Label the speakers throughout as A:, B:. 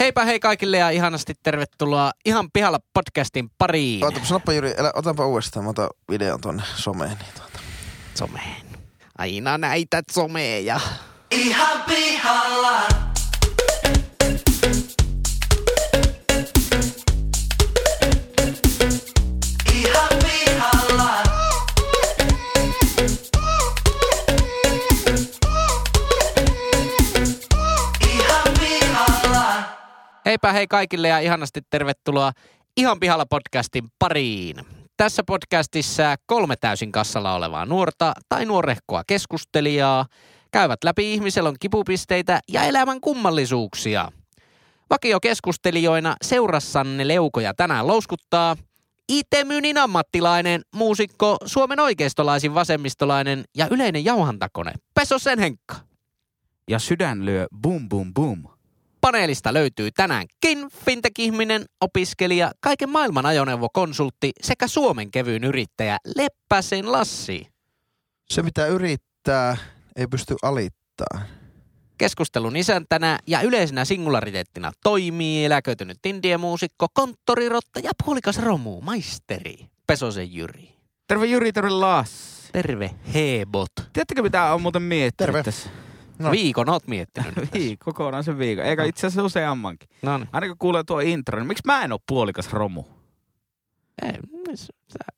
A: heipä hei kaikille ja ihanasti tervetuloa ihan pihalla podcastin pariin
B: Ootapas noppa Jyri, älä, otanpa uudestaan, mä otan videon tonne someen. Niin tuota.
A: someen. Aina näitä someja. Heipä hei kaikille ja ihanasti tervetuloa Ihan pihalla podcastin pariin. Tässä podcastissa kolme täysin kassalla olevaa nuorta tai nuorehkoa keskustelijaa käyvät läpi ihmiselon kipupisteitä ja elämän kummallisuuksia. Vakiokeskustelijoina seurassanne leukoja tänään louskuttaa IT-myynnin ammattilainen, muusikko, Suomen oikeistolaisin vasemmistolainen ja yleinen jauhantakone Pesosen Henkka.
C: ja sydän lyö bum bum bum.
A: Paneelista löytyy tänäänkin fintech-ihminen, opiskelija, kaiken maailman ajoneuvokonsultti sekä Suomen kevyin yrittäjä Leppäsen Lassi.
B: Se mitä yrittää, ei pysty alittaa.
A: Keskustelun isäntänä ja yleisenä singulariteettina toimii eläköitynyt indiemuusikko, konttorirotta ja puolikas romu, maisteri Pesosen Jyri.
C: Terve Jyri, terve Lassi.
A: Terve Hebot.
C: Tiedättekö mitä on muuten miettinyt
B: Terve.
C: tässä?
A: No.
B: No.
A: Viikon oot miettinyt. nyt tässä.
C: Viikko, kokonaan sen viikon. Eikä itse asiassa useamman.
A: Noniin.
C: Aina kun kuulee tuo intro, niin miksi mä en ole puolikas romu?
A: Ei, sä,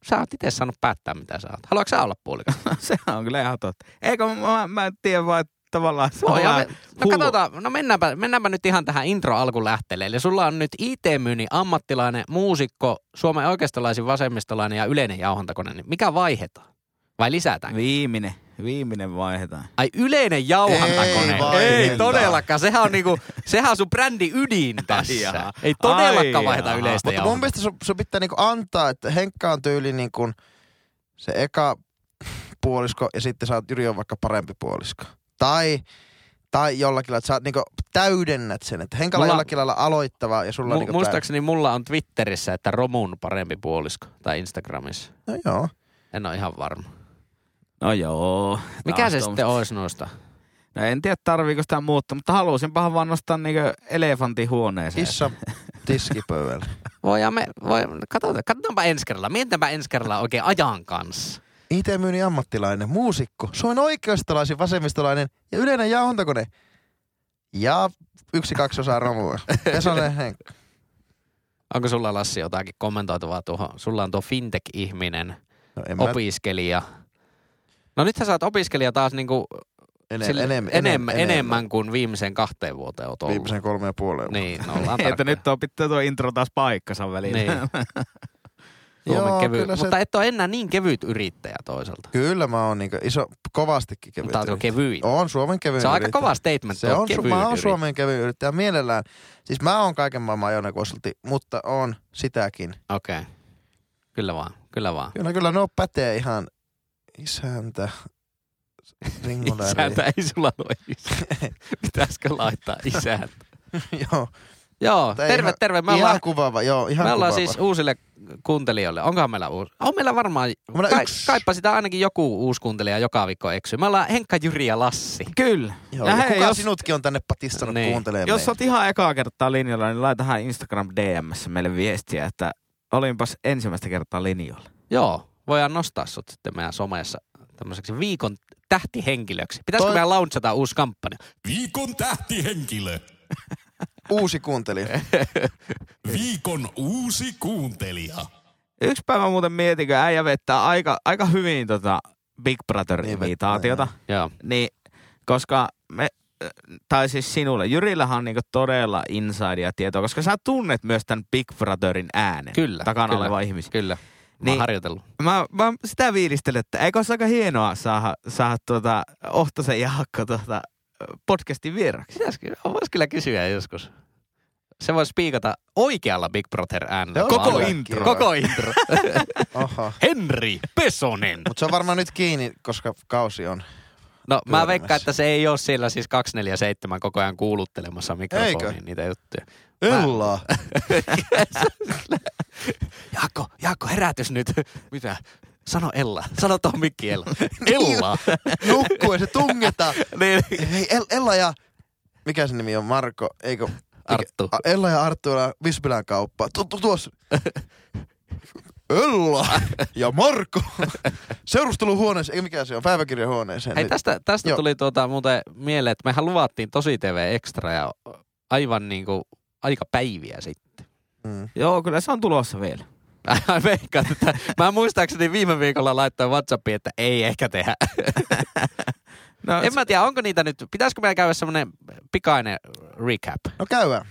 A: sä oot itse saanut päättää mitä sä oot. Haluatko sä olla puolikas?
C: Sehän on kyllä ihan totta. Eikä mä, mä, mä en tiedä vaan, että tavallaan se
A: No,
C: on
A: ja
C: vähän
A: me, no
C: hullu.
A: katsotaan, no mennäänpä, mennäänpä nyt ihan tähän intro alkulähteelle. Eli sulla on nyt IT-myynnin ammattilainen, muusikko, Suomen oikeistolaisin, vasemmistolainen ja yleinen jauhantakone. Niin mikä vaihdetaan? Vai lisätään?
C: Viimeinen, viimeinen vaihdetaan.
A: Ai yleinen jauhantakone.
B: Ei vaihdeta.
A: Ei todellakaan. Sehän on, niinku, sehän on sun brändi ydin
C: Ai
A: tässä.
C: jaa.
A: Ei todellakaan
C: Ai
A: vaihdeta
C: jaa.
A: yleistä
B: Mutta mun
A: jauhantakonetta.
B: mielestä sun, sun pitää niinku antaa, että Henkka on tyyli niinku se eka puolisko ja sitten sä oot Jyri on vaikka parempi puolisko. Tai, tai jollakin lailla, että sä oot niinku täydennät sen. Että Henkalla
A: Mulla-
B: mulla... jollakin lailla aloittava ja sulla on
A: Mu-
B: niinku
A: muistaakseni mulla on Twitterissä, että Romun parempi puolisko. Tai Instagramissa.
B: täy- No joo.
A: En ole ihan varma.
C: No joo.
A: Mikä
C: Taas
A: se
C: tuommoista.
A: sitten olisi noista?
C: No en tiedä tarviiko sitä muuttaa, mutta halusinpahan vaan nostaa niinku elefantin huoneeseen.
B: Kissa tiskipöydällä.
A: Voidaan me, voi, katsotaan, katsotaanpa ensi kerralla. Mietitäänpä ensi kerralla oikein ajan kanssa.
B: IT-myynnin ammattilainen, muusikko, Suomen oikeistolaisin, vasemmistolainen ja yleinen jauhantakone. Ja yksi kaksosaa romua. Pesonen Henkka.
A: Onko sulla Lassi jotakin kommentoitavaa tuohon? Sulla on tuo fintech-ihminen,
B: No en mä
A: opiskelija. No nythän sä oot opiskelija taas niinku
B: enem,
A: sille-
B: enem, enem,
A: enemmän, enemmän kuin viimeiseen kahteen vuoteen oot ollut.
B: Viimeisen kolme ja puoleen.
A: Niin, no ollaan
C: Että
A: tarkkoja.
C: nyt on pitää tuo intro taas paikkansa väliin.
A: Niin. Suomen
B: Joo,
A: kevyt.
B: kyllä se-
A: Mutta et ole enää niin kevyt yrittäjä toisaalta.
B: Kyllä mä oon niinku iso, kovastikin kevyt.
A: Mutta ootko
B: yrittäjä.
A: kevyt?
B: Oon Suomen kevyt
A: Se on aika
B: yrittäjä.
A: kova statement.
B: Se
A: oot
B: on, su-
A: kevyt
B: mä oon
A: yrittäjä.
B: Suomen kevyt yrittäjä mielellään. Siis mä oon kaiken maailman ajoneuvokonsultti, mutta on sitäkin.
A: Okei. Okay. Kyllä vaan, kyllä vaan.
B: Kyllä, kyllä, no pätee ihan isäntä. Ringulari.
A: Isäntä ei sulla ole isäntä. Pitäisikö laittaa isäntä?
B: Joo.
A: Joo,
B: Mutta
A: terve,
B: ihan-
A: terve. Me
B: ihan
A: ollaan,
B: kuvaava, joo, ihan
A: me ollaan
B: kuvaava.
A: siis uusille kuuntelijoille. Onkohan meillä uusi? On meillä varmaan,
B: On meillä
A: kai,
B: No yksi.
A: kaipa sitä ainakin joku uusi kuuntelija joka viikko eksyy. Me ollaan Henkka, Jyri ja Lassi.
C: Kyllä.
B: Joo,
C: Ja
B: ja
C: hei,
B: kuka
C: jos-
B: jos... sinutkin on tänne patistanut
A: Niin.
B: niin. kuuntelemaan
C: Jos oot ihan ekaa kertaa linjalla, niin laitahan Instagram DMssä meille viestiä, että olinpas ensimmäistä kertaa linjoilla.
A: Joo, voidaan nostaa sut sitten meidän somessa tämmöiseksi viikon tähtihenkilöksi. Pitäisikö
B: Toi-
A: meidän launchata uusi kampanja?
D: Viikon tähtihenkilö.
B: Uusi kuuntelija.
D: Viikon uusi kuuntelija.
C: Yksi päivä muuten mietin, kun äijä vettää aika, aika hyvin tota
B: Niin
C: Big Brother-imitaatiota.
B: vettää,
A: Joo.
C: Niin, koska me, äh, tai siis sinulle, Jyrillähän on niinku todella insidea tietoa, koska sä tunnet myös tämän Big Brotherin äänen.
A: Kyllä,
C: Takana
A: kyllä.
C: oleva ihmisiä.
A: Kyllä. Mä oon
C: Niin.
A: harjoitellut.
C: Mä, mä sitä viilistelin, että eikö olisi aika hienoa saada, saada tuota Ohtosen Jaakko tuota podcastin vieraksi.
A: Pitäisikö? Vois kyllä kysyä joskus. Se voisi piikata oikealla Big Brother äänellä.
B: Joo,
C: Koko
B: Kyllä,
C: intro.
B: kyllä.
A: Koko intro.
B: Oho.
A: Henri Pesonen.
B: Mutta se on varmaan nyt kiinni, koska kausi on.
A: No mä
B: Pyörimässä.
A: veikkaan, että se ei ole siellä siis 247 koko ajan kuuluttelemassa mikrofoniin
B: Eikö?
A: niitä juttuja.
B: Ella.
A: Jaakko, Jaakko, herätys nyt. Mitä? Sano Ella. Sano tuohon mikki Ella. Ella.
B: Nukkuu ja se tungetaan.
A: niin.
B: Hei, El- Ella ja... Mikä sen nimi on? Marko? Eikö?
A: Arttu.
B: A- Ella ja Arttuilla Vispilän kauppa. Tu- tu- tuossa. Ella ja Marko. Seurusteluhuoneeseen, ei mikä se on, päiväkirjahuoneeseen.
A: Hei,
B: Niin-
A: tästä, tästä
B: Joo.
A: tuli tuota muuten mieleen, että mehän luvattiin tosi TV Extra ja aivan niin kuin aika päiviä sitten.
B: Mm.
C: Joo, kyllä se on tulossa vielä.
A: Mä veikkaan, että mä muistaakseni viime viikolla laittoin Whatsappiin, että ei ehkä tehdä.
C: No,
A: En mä tiedä, onko niitä nyt, pitäisikö meillä käydä semmoinen pikainen recap?
B: No käydään.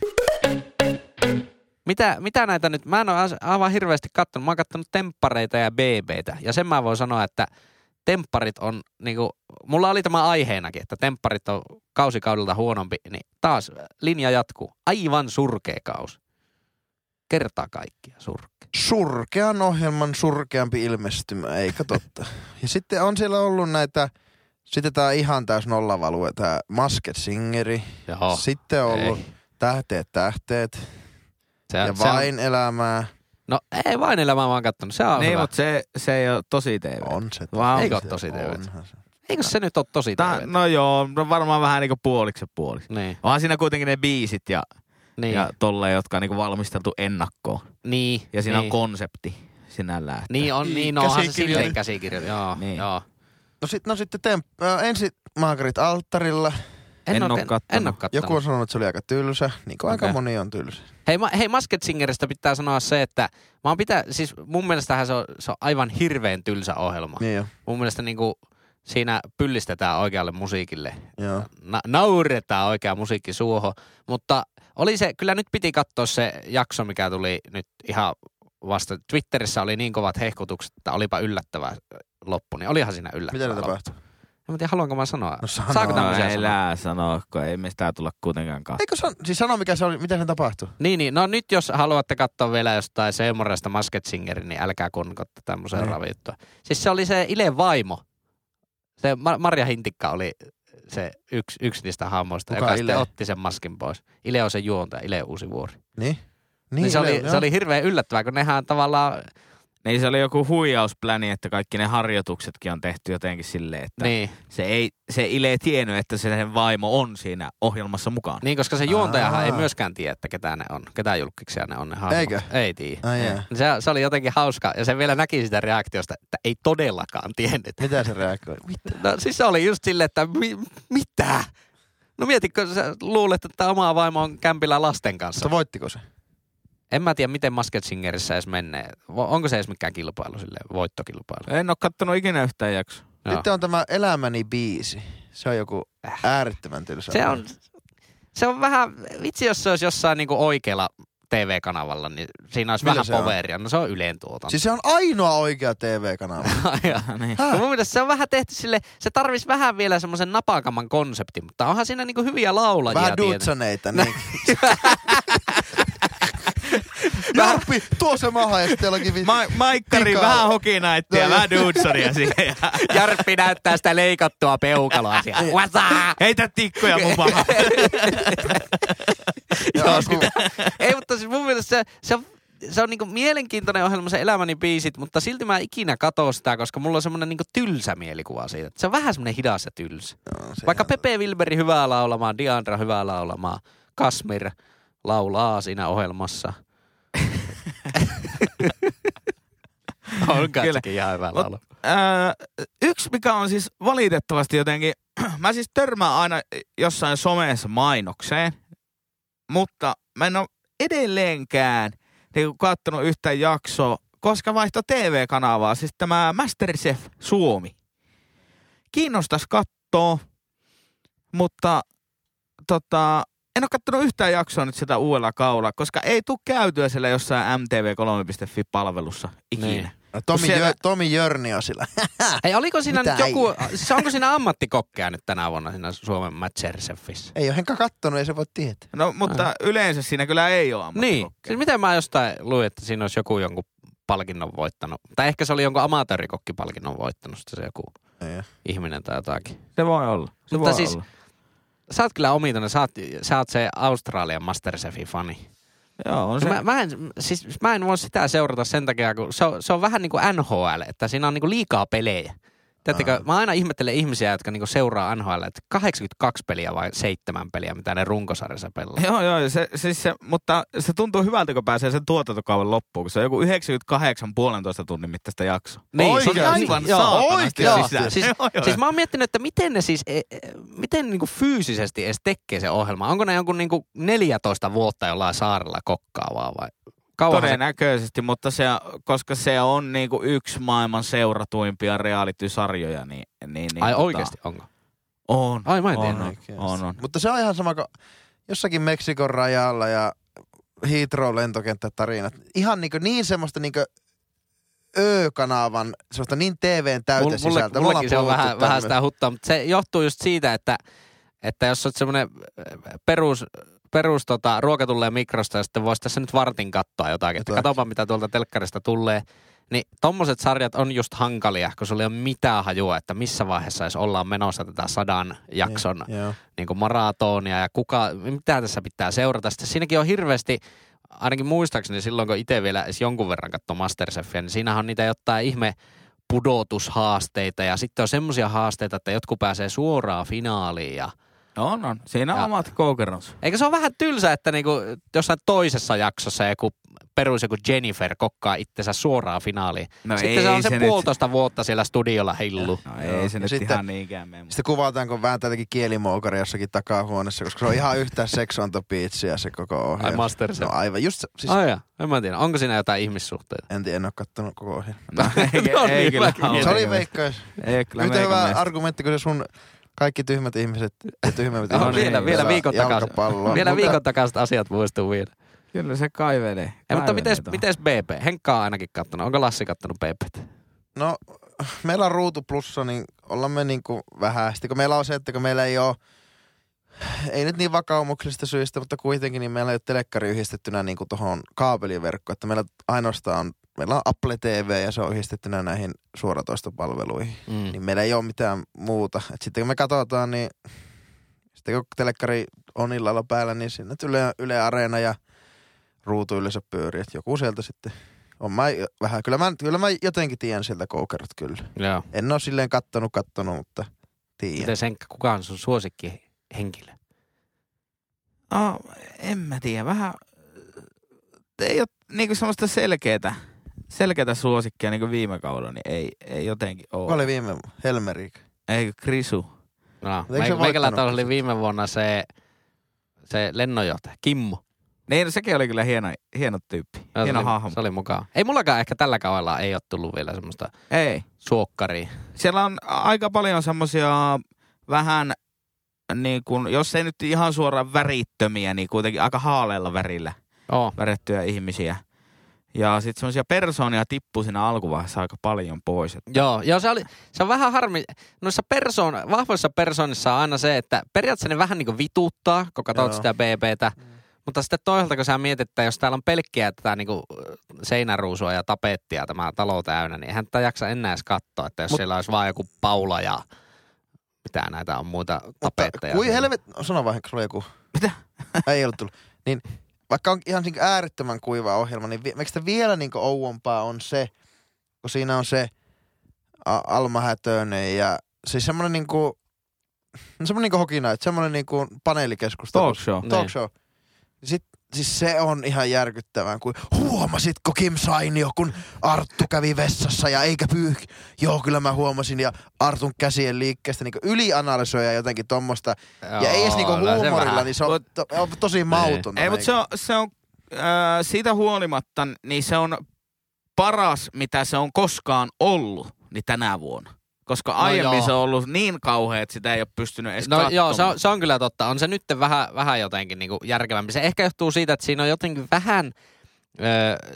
A: Mitä, mitä näitä nyt, mä en ole as- aivan hirveästi kattonut, mä oon kattonut temppareita ja BBtä, ja sen mä voin sanoa, että tempparit on, niinku, mulla oli tämä aiheenakin, että tempparit on kausikaudelta huonompi, niin taas äh, linja jatkuu. Aivan surkea kaus. Kertaa kaikkia surkea.
B: Surkean ohjelman surkeampi ilmestymä, eikö totta? ja sitten on siellä ollut näitä, sitten tää ihan täys nollavalue, tää Masked Singeri.
A: Joo,
B: sitten on ollut
A: Oh, ei.
B: Tähteet tähteet
A: se,
B: ja,
A: on- se on-
B: vain elämää.
A: No ei vain elämää mä oon kattonut, se on
C: niin,
A: hyvä.
C: mutta se, se ei ole tosi TV.
B: On se.
C: Vau.
A: Eikö
B: se-
A: ole tosi TV?
B: onhan se.
A: Eikö se nyt ole tosi
C: Tää,
A: TV?
C: no joo, no varmaan vähän niinku puoliksi ja puoliksi.
A: Niin,
C: Onhan siinä kuitenkin ne biisit ja,
A: niin,
C: niin. ja tolleen, jotka on niinku valmisteltu ennakkoon.
A: niin.
C: Ja siinä
A: niin.
C: on konsepti sinällään. Että
A: Niin on, niin no, onhan se silleen käsikirjoitus. Joo,
C: Niin.
A: joo.
B: No, sit, no sitten temp- äh, ensin maakarit alttarilla.
A: En,
C: En
A: en,
C: oo
A: ole,
C: kattonut.
A: en ole kattonut.
B: Joku on sanonut, että se oli aika tylsä, niin kuin aika
A: Okei.
B: moni on tylsä.
A: Hei, ma, hei Masked Singeristä pitää sanoa se, että mä oon pitää, siis mun mielestähän se on, se on aivan hirveän tylsä ohjelma. Niin.
B: Niin jo.
A: Mun mielestä niinku siinä pyllistetään oikealle musiikille.
B: Joo.
A: Na, nauretaan oikea musiikki suoho. Mutta oli se, kyllä nyt piti katsoa se jakso, mikä tuli nyt ihan vasta. Twitterissä oli niin kovat hehkutukset, että olipa yllättävä loppu. Niin olihan siinä yllättävä
B: Mitä ne
A: loppu.
B: tapahtuu?
A: En mä tiedä, haluanko mä sanoa.
B: No sano.
A: Saako
C: No,
A: tämmöisiä sanoa?
C: elää sanoa, kun ei me sitä tulla kuitenkaan katsomaan.
B: Eikö san- siis sano mikä se oli, miten se tapahtui?
A: Niin, niin, no nyt jos haluatte katsoa vielä jostain Seemoresta Masked Singerin, niin älkää konkotta tämmöiseen
B: Niin.
A: ravittua. Siis se oli se Ile Vaimo. Se Ma- Marja Hintikka oli se yksi, yksi niistä hahmoista,
B: Kuka
A: joka sitten
B: Ile?
A: otti sen maskin pois. Ile on se juontaja, Ile Uusi Vuori. Niin,
B: Niin?
A: niin se,
B: joo,
A: oli,
B: joo.
A: se oli hirveän yllättävää, kun nehän tavallaan...
C: Niin se oli joku huijauspläni, että kaikki ne harjoituksetkin on tehty jotenkin silleen, että niin.
A: Niin,
C: se, ei, se Ile ei tiennyt, että se sen vaimo on siinä ohjelmassa mukana.
A: niin, koska se juontajahan
B: Aa.
A: ei myöskään tiedä, että ketä ne on, ketä julkiksia ne on ne hahmot.
B: Eikö?
A: Ei tiedä.
B: Ai jaa.
A: Se, se oli jotenkin hauska, ja se vielä näki sitä reaktiosta, että ei todellakaan tiennyt.
B: Mitä se reagoi? Mit-
A: No siis se oli just silleen, että mi- mitä? No mietitkö, sä luulet, että oma vaimo on kämpillä lasten kanssa?
B: Mutta voittiko se?
A: En mä tiedä, miten Masked Singerissä edes menee. Vo- Onko se edes mikään kilpailu silleen, voittokilpailu?
C: Niin. En ole kattonut ikinä yhtään jaksoa.
A: Joo.
B: Sitten on tämä Elämäni biisi. Se on joku äärettömän tylsä.
A: Se on, se on vähän, vitsi jos se olisi jossain niinku oikealla TV-kanavalla, niin siinä olisi
B: Millä se
A: vähän
B: on?
A: poveria. No se on Ylen tuotanto.
B: Siis se on ainoa oikea TV-kanava.
A: Siis...
C: niin.
A: Kun mun mielestä se on vähän tehty sille, se tarvisi vähän vielä semmoisen napakamman konseptin, mutta onhan siinä niinku hyviä laulajia.
B: Vähän
A: tietenkin.
B: dutsaneita,
C: No.
B: niin. Jarppi, tuo se maahan ja sitten jollakin vi-
C: No. Ma- Maikkari,
B: Tika-
C: vähän hokinaittia,
B: No,
C: vähän duutsoria siihen.
A: Jarppi näyttää sitä leikattua peukaloa siellä. Wasaa!
C: Heitä tikkuja mun paha.
B: Joo, kun-
A: Ei, mutta siis mun mielestä se, se on, se on niinku mielenkiintoinen ohjelma, se Elämäni biisit, mutta silti mä en ikinä katso sitä, koska mulla on semmoinen niinku tylsä mielikuva siitä. Se on vähän semmoinen hidas ja tylsä.
B: Joo, se
A: Vaikka
B: ihan-
A: Pepe Wilberi hyvää laulamaan, Diandra hyvää laulamaan, Kasmir laulaa siinä ohjelmassa. on kaikki ihan hyvä
C: Mut-
A: laulu.
C: Öö, yksi, mikä on siis valitettavasti jotenkin, mä siis törmään aina jossain somessa mainokseen, mutta mä en ole edelleenkään niin katsonut yhtään jaksoa, koska vaihto TV-kanavaa, siis tämä Masterchef Suomi. Kiinnostas kattoo, mutta tota, en ole katsonut yhtään jaksoa nyt sitä uudella kaulalla, koska ei tule käytyä siellä jossain mtv3.fi-palvelussa ikinä.
A: Niin.
C: Niin.
B: No, Tomi,
C: siellä-
B: Jö, Tomi Jörni on sillä.
A: Hei, oliko siinä
B: Mitä
A: nyt joku, se onko siinä ammattikokkeja nyt tänä vuonna siinä Suomen Masterchefissä?
B: Ei ole Henkka kattonut, ei se voi tietää.
C: No, mutta ah. yleensä siinä kyllä ei ole
A: Niin,
C: ammattikokkeja.
A: siis miten mä jostain luin, että siinä olisi joku jonkun palkinnon voittanut. Tai ehkä se oli jonkun amatöörikokkipalkinnon voittanut, sitten se joku
B: Ei.
A: ihminen tai jotakin.
C: Se voi olla. Se
A: Mutta
C: voi
A: siis-
C: olla.
A: Sä oot kyllä omituinen, sä oot, sä oot se Australian Masterchefin fani.
C: Joo, on se.
A: No mä, mä, en, siis, mä en voi sitä seurata sen takia, kun se on, se on vähän niin kuin NHL, että siinä on niin kuin liikaa pelejä. Tiedättekö, mä aina ihmettelen ihmisiä, jotka niinku seuraa NHL, että 82 peliä vai 7 peliä, mitä ne runkosarjassa pelaa.
C: Joo, joo, se, siis se, mutta se tuntuu hyvältä, kun pääsee sen tuotantokauden loppuun, kun se on joku 98 puolentoista tunnin mittaista jaksoa.
A: Niin, se on
C: Oikeasti?
A: aivan
C: Joo,
A: saatanasti
C: oikeasti.
A: sisään.
C: Siis- Joo, joo.
A: Siis mä oon miettinyt, että miten ne siis, e, e, miten niinku fyysisesti edes tekee se ohjelma. Onko ne jonkun niinku 14 vuotta jollain saarella kokkaavaa vai? Kauanhan se-
C: Todennäköisesti, mutta se, koska se on niinku yksi maailman seuratuimpia reality-sarjoja, niin... niin, niin
A: Ai
C: tota,
A: oikeasti onko?
C: On.
A: Ai mä en
C: on,
A: tiennyt.
C: on, No, on, on.
B: Mutta se on ihan sama kuin jossakin Meksikon rajalla ja Heathrow lentokenttätarinat. Ihan niin, niin semmoista niin Ö-kanavan, semmoista niin TVn täyte
A: Mulle-
B: sisältä.
A: Mullekin se on vähän, vähän sitä huttaa, mutta se johtuu just siitä, että, että jos olet semmoinen perus, perus tota, ruoka tulee mikrosta ja sitten voisi tässä nyt vartin katsoa jotakin, että
B: Jotakin.
A: katsopa mitä tuolta telkkarista tulee. Niin tommoset sarjat on just hankalia, kun sulla ei ole mitään hajua, että missä vaiheessa edes ollaan menossa tätä sadan jakson
B: Joo.
A: niin kuin maratonia ja kuka, mitä tässä pitää seurata. Sitten siinäkin on hirveästi, ainakin muistaakseni silloin kun itse vielä edes jonkun verran katsoi Masterchefia, niin siinähän on niitä jotain ihme pudotushaasteita ja sitten on semmoisia haasteita, että jotkut pääsee suoraan finaaliin ja
C: On, on. Siinä on
A: Ja-
C: omat koukeronsa.
A: Eikö se ole vähän tylsä, että niinku jossain toisessa jaksossa joku perus joku Jennifer kokkaa itsensä suoraan finaaliin.
C: No
A: Sitten
C: ei
A: se on se,
C: se nyt-
A: puolitoista vuotta siellä studiolla hillu.
C: No
B: Joo.
C: ei se
B: Ja
C: nyt
B: sitten-
C: ihan niinkään mene. mutta-
B: Sitten kuvataan, kun vääntää jotenkin kielimoukari jossakin takahuoneessa, koska se on ihan yhtään Sex on the Beachia se koko ohjelma.
A: Ai Masterchef.
B: No aivan, just se,
A: Siis...
B: siis
A: Ai jaa, en mä tiedä. Onko siinä jotain ihmissuhteita?
B: en tiedä, en ole kattonut koko ohjelmaa.
C: No, ei,
A: No niin,
C: ei kyllä
A: mäkin-
C: ole.
B: Se oli veikkaus.
C: Ei kyllä
B: Yhtä hyvä
C: meikäläistä.
B: argumentti kuin se sun kaikki tyhmät ihmiset ja tyhmät
A: No,
B: ihmiset.
A: vielä-
B: pelaa
A: vielä viikon takaisin.
B: jalkapalloa.
A: Vielä
B: Mutta-
A: viikon takaiset asiat muistuu vielä.
C: Kyllä se kaivelee.
A: Ja, mutta
C: kaivelee
A: mites,
C: tuohon.
A: mites BP? Henkka on ainakin kattonut. Onko Lassi kattonut BPtä?
B: No, meillä on ruutu plussa, niin ollaan me niinku vähän. Sitten kun meillä on se, että kun meillä ei ole, ei nyt niin vakaumuksista syistä, mutta kuitenkin niin meillä ei ole telekkari yhdistettynä niinku tuohon kaapeliverkkoon. Että meillä ainoastaan on, meillä on Apple TV ja se on yhdistettynä näihin suoratoistopalveluihin.
A: Mm.
B: Niin meillä ei ole mitään muuta. Et sitten kun me katsotaan, niin sitten kun telekkari on illalla päällä, niin sinne Yle, Yle Areena ja ruutu yleensä pyörii. Et joku sieltä sitten. On mä vähän, kyllä mä, kyllä mä jotenkin tiedän sieltä koukerot kyllä.
A: Joo.
B: En ole silleen kattonut, kattonut, mutta tiedän.
A: Mites Henkka, kuka on sun suosikki henkilö?
C: Oh, en mä tiedä, vähän... äh, Ei ole niinku semmoista selkeätä, selkeätä suosikkia niinku viime kaudella, niin ei, ei jotenkin
B: Kuka
C: ole.
B: oli viime Helmeri?
C: Eikö Krisu?
A: No,
B: eikö se
A: meikä- meikällä
B: voittanut
A: taas oli viime vuonna se, se lennonjohtaja, Kimmo.
C: Niin, no sekin oli kyllä hieno, hieno tyyppi.
A: Joo, se
C: hieno
A: oli-
C: hahmo.
A: Se oli mukaan. Ei mullakaan ehkä tällä kaudella ei ole tullut vielä semmoista
C: Ei.
A: suokkaria.
C: Siellä on aika paljon semmosia vähän niin kun, jos ei nyt ihan suoraan värittömiä, niin kuitenkin aika haaleella värillä
A: Oh.
C: värättyjä ihmisiä. Ja sitten semmoisia persoonia tippuu siinä alkuvaiheessa aika paljon pois. Et
A: Joo, joo se, oli, se on vähän harmi. Noissa persoon, vahvoissa persoonissa on aina se, että periaatteessa ne vähän niinku vituttaa, kun katsot
B: Joo.
A: sitä BBtä. Mutta sitten toisaalta, kun sä mietit, että jos täällä on pelkkiä tätä niinku äh, seinäruusua ja tapettia tämä talo täynnä, niin eihän tätä jaksa enää edes katsoa, että jos Mut,
B: Mut-
A: siellä olisi vaan joku Paula ja mitä näitä on muita tapetteja.
B: Kui
A: siellä.
B: helvet... no, Sano vaan, kun oli joku.
C: Mitä?
B: ei ollut tullut. Niin, vaikka on ihan niinku äärettömän kuiva ohjelma, niin vi- meikö sitä vielä niinku ouompaa on se, kun siinä on se A- Alma Hätönen ja siis semmoinen niinku, no semmoinen niinku hokina, että semmoinen niinku paneelikeskustelu.
C: Talk show.
B: Talk
A: Niin.
B: show. Sit, siis se on ihan järkyttävää, kun huomasitko Kim Sainio, kun Arttu kävi vessassa ja eikä pyyhki. Joo, kyllä mä huomasin ja Artun käsien liikkeestä niin ylianalysoja jotenkin tommosta. Ja ei edes niinku
A: Joo, kyllä se
B: huumorilla,
A: vähän-
B: niin se on, to, on tosi niinku. mautonta.
C: Ei, mutta se on, se on äh, siitä huolimatta, niin se on paras, mitä se on koskaan ollut, niin tänä vuonna. Koska aiemmin
A: No joo.
C: se on ollut niin kauhea, että sitä ei ole pystynyt edes
A: No
C: katsomaan.
A: joo, se on, se on kyllä totta. On se nyt vähän, vähän jotenkin niinku järkevämpi. Se ehkä johtuu siitä, että siinä on jotenkin vähän ö,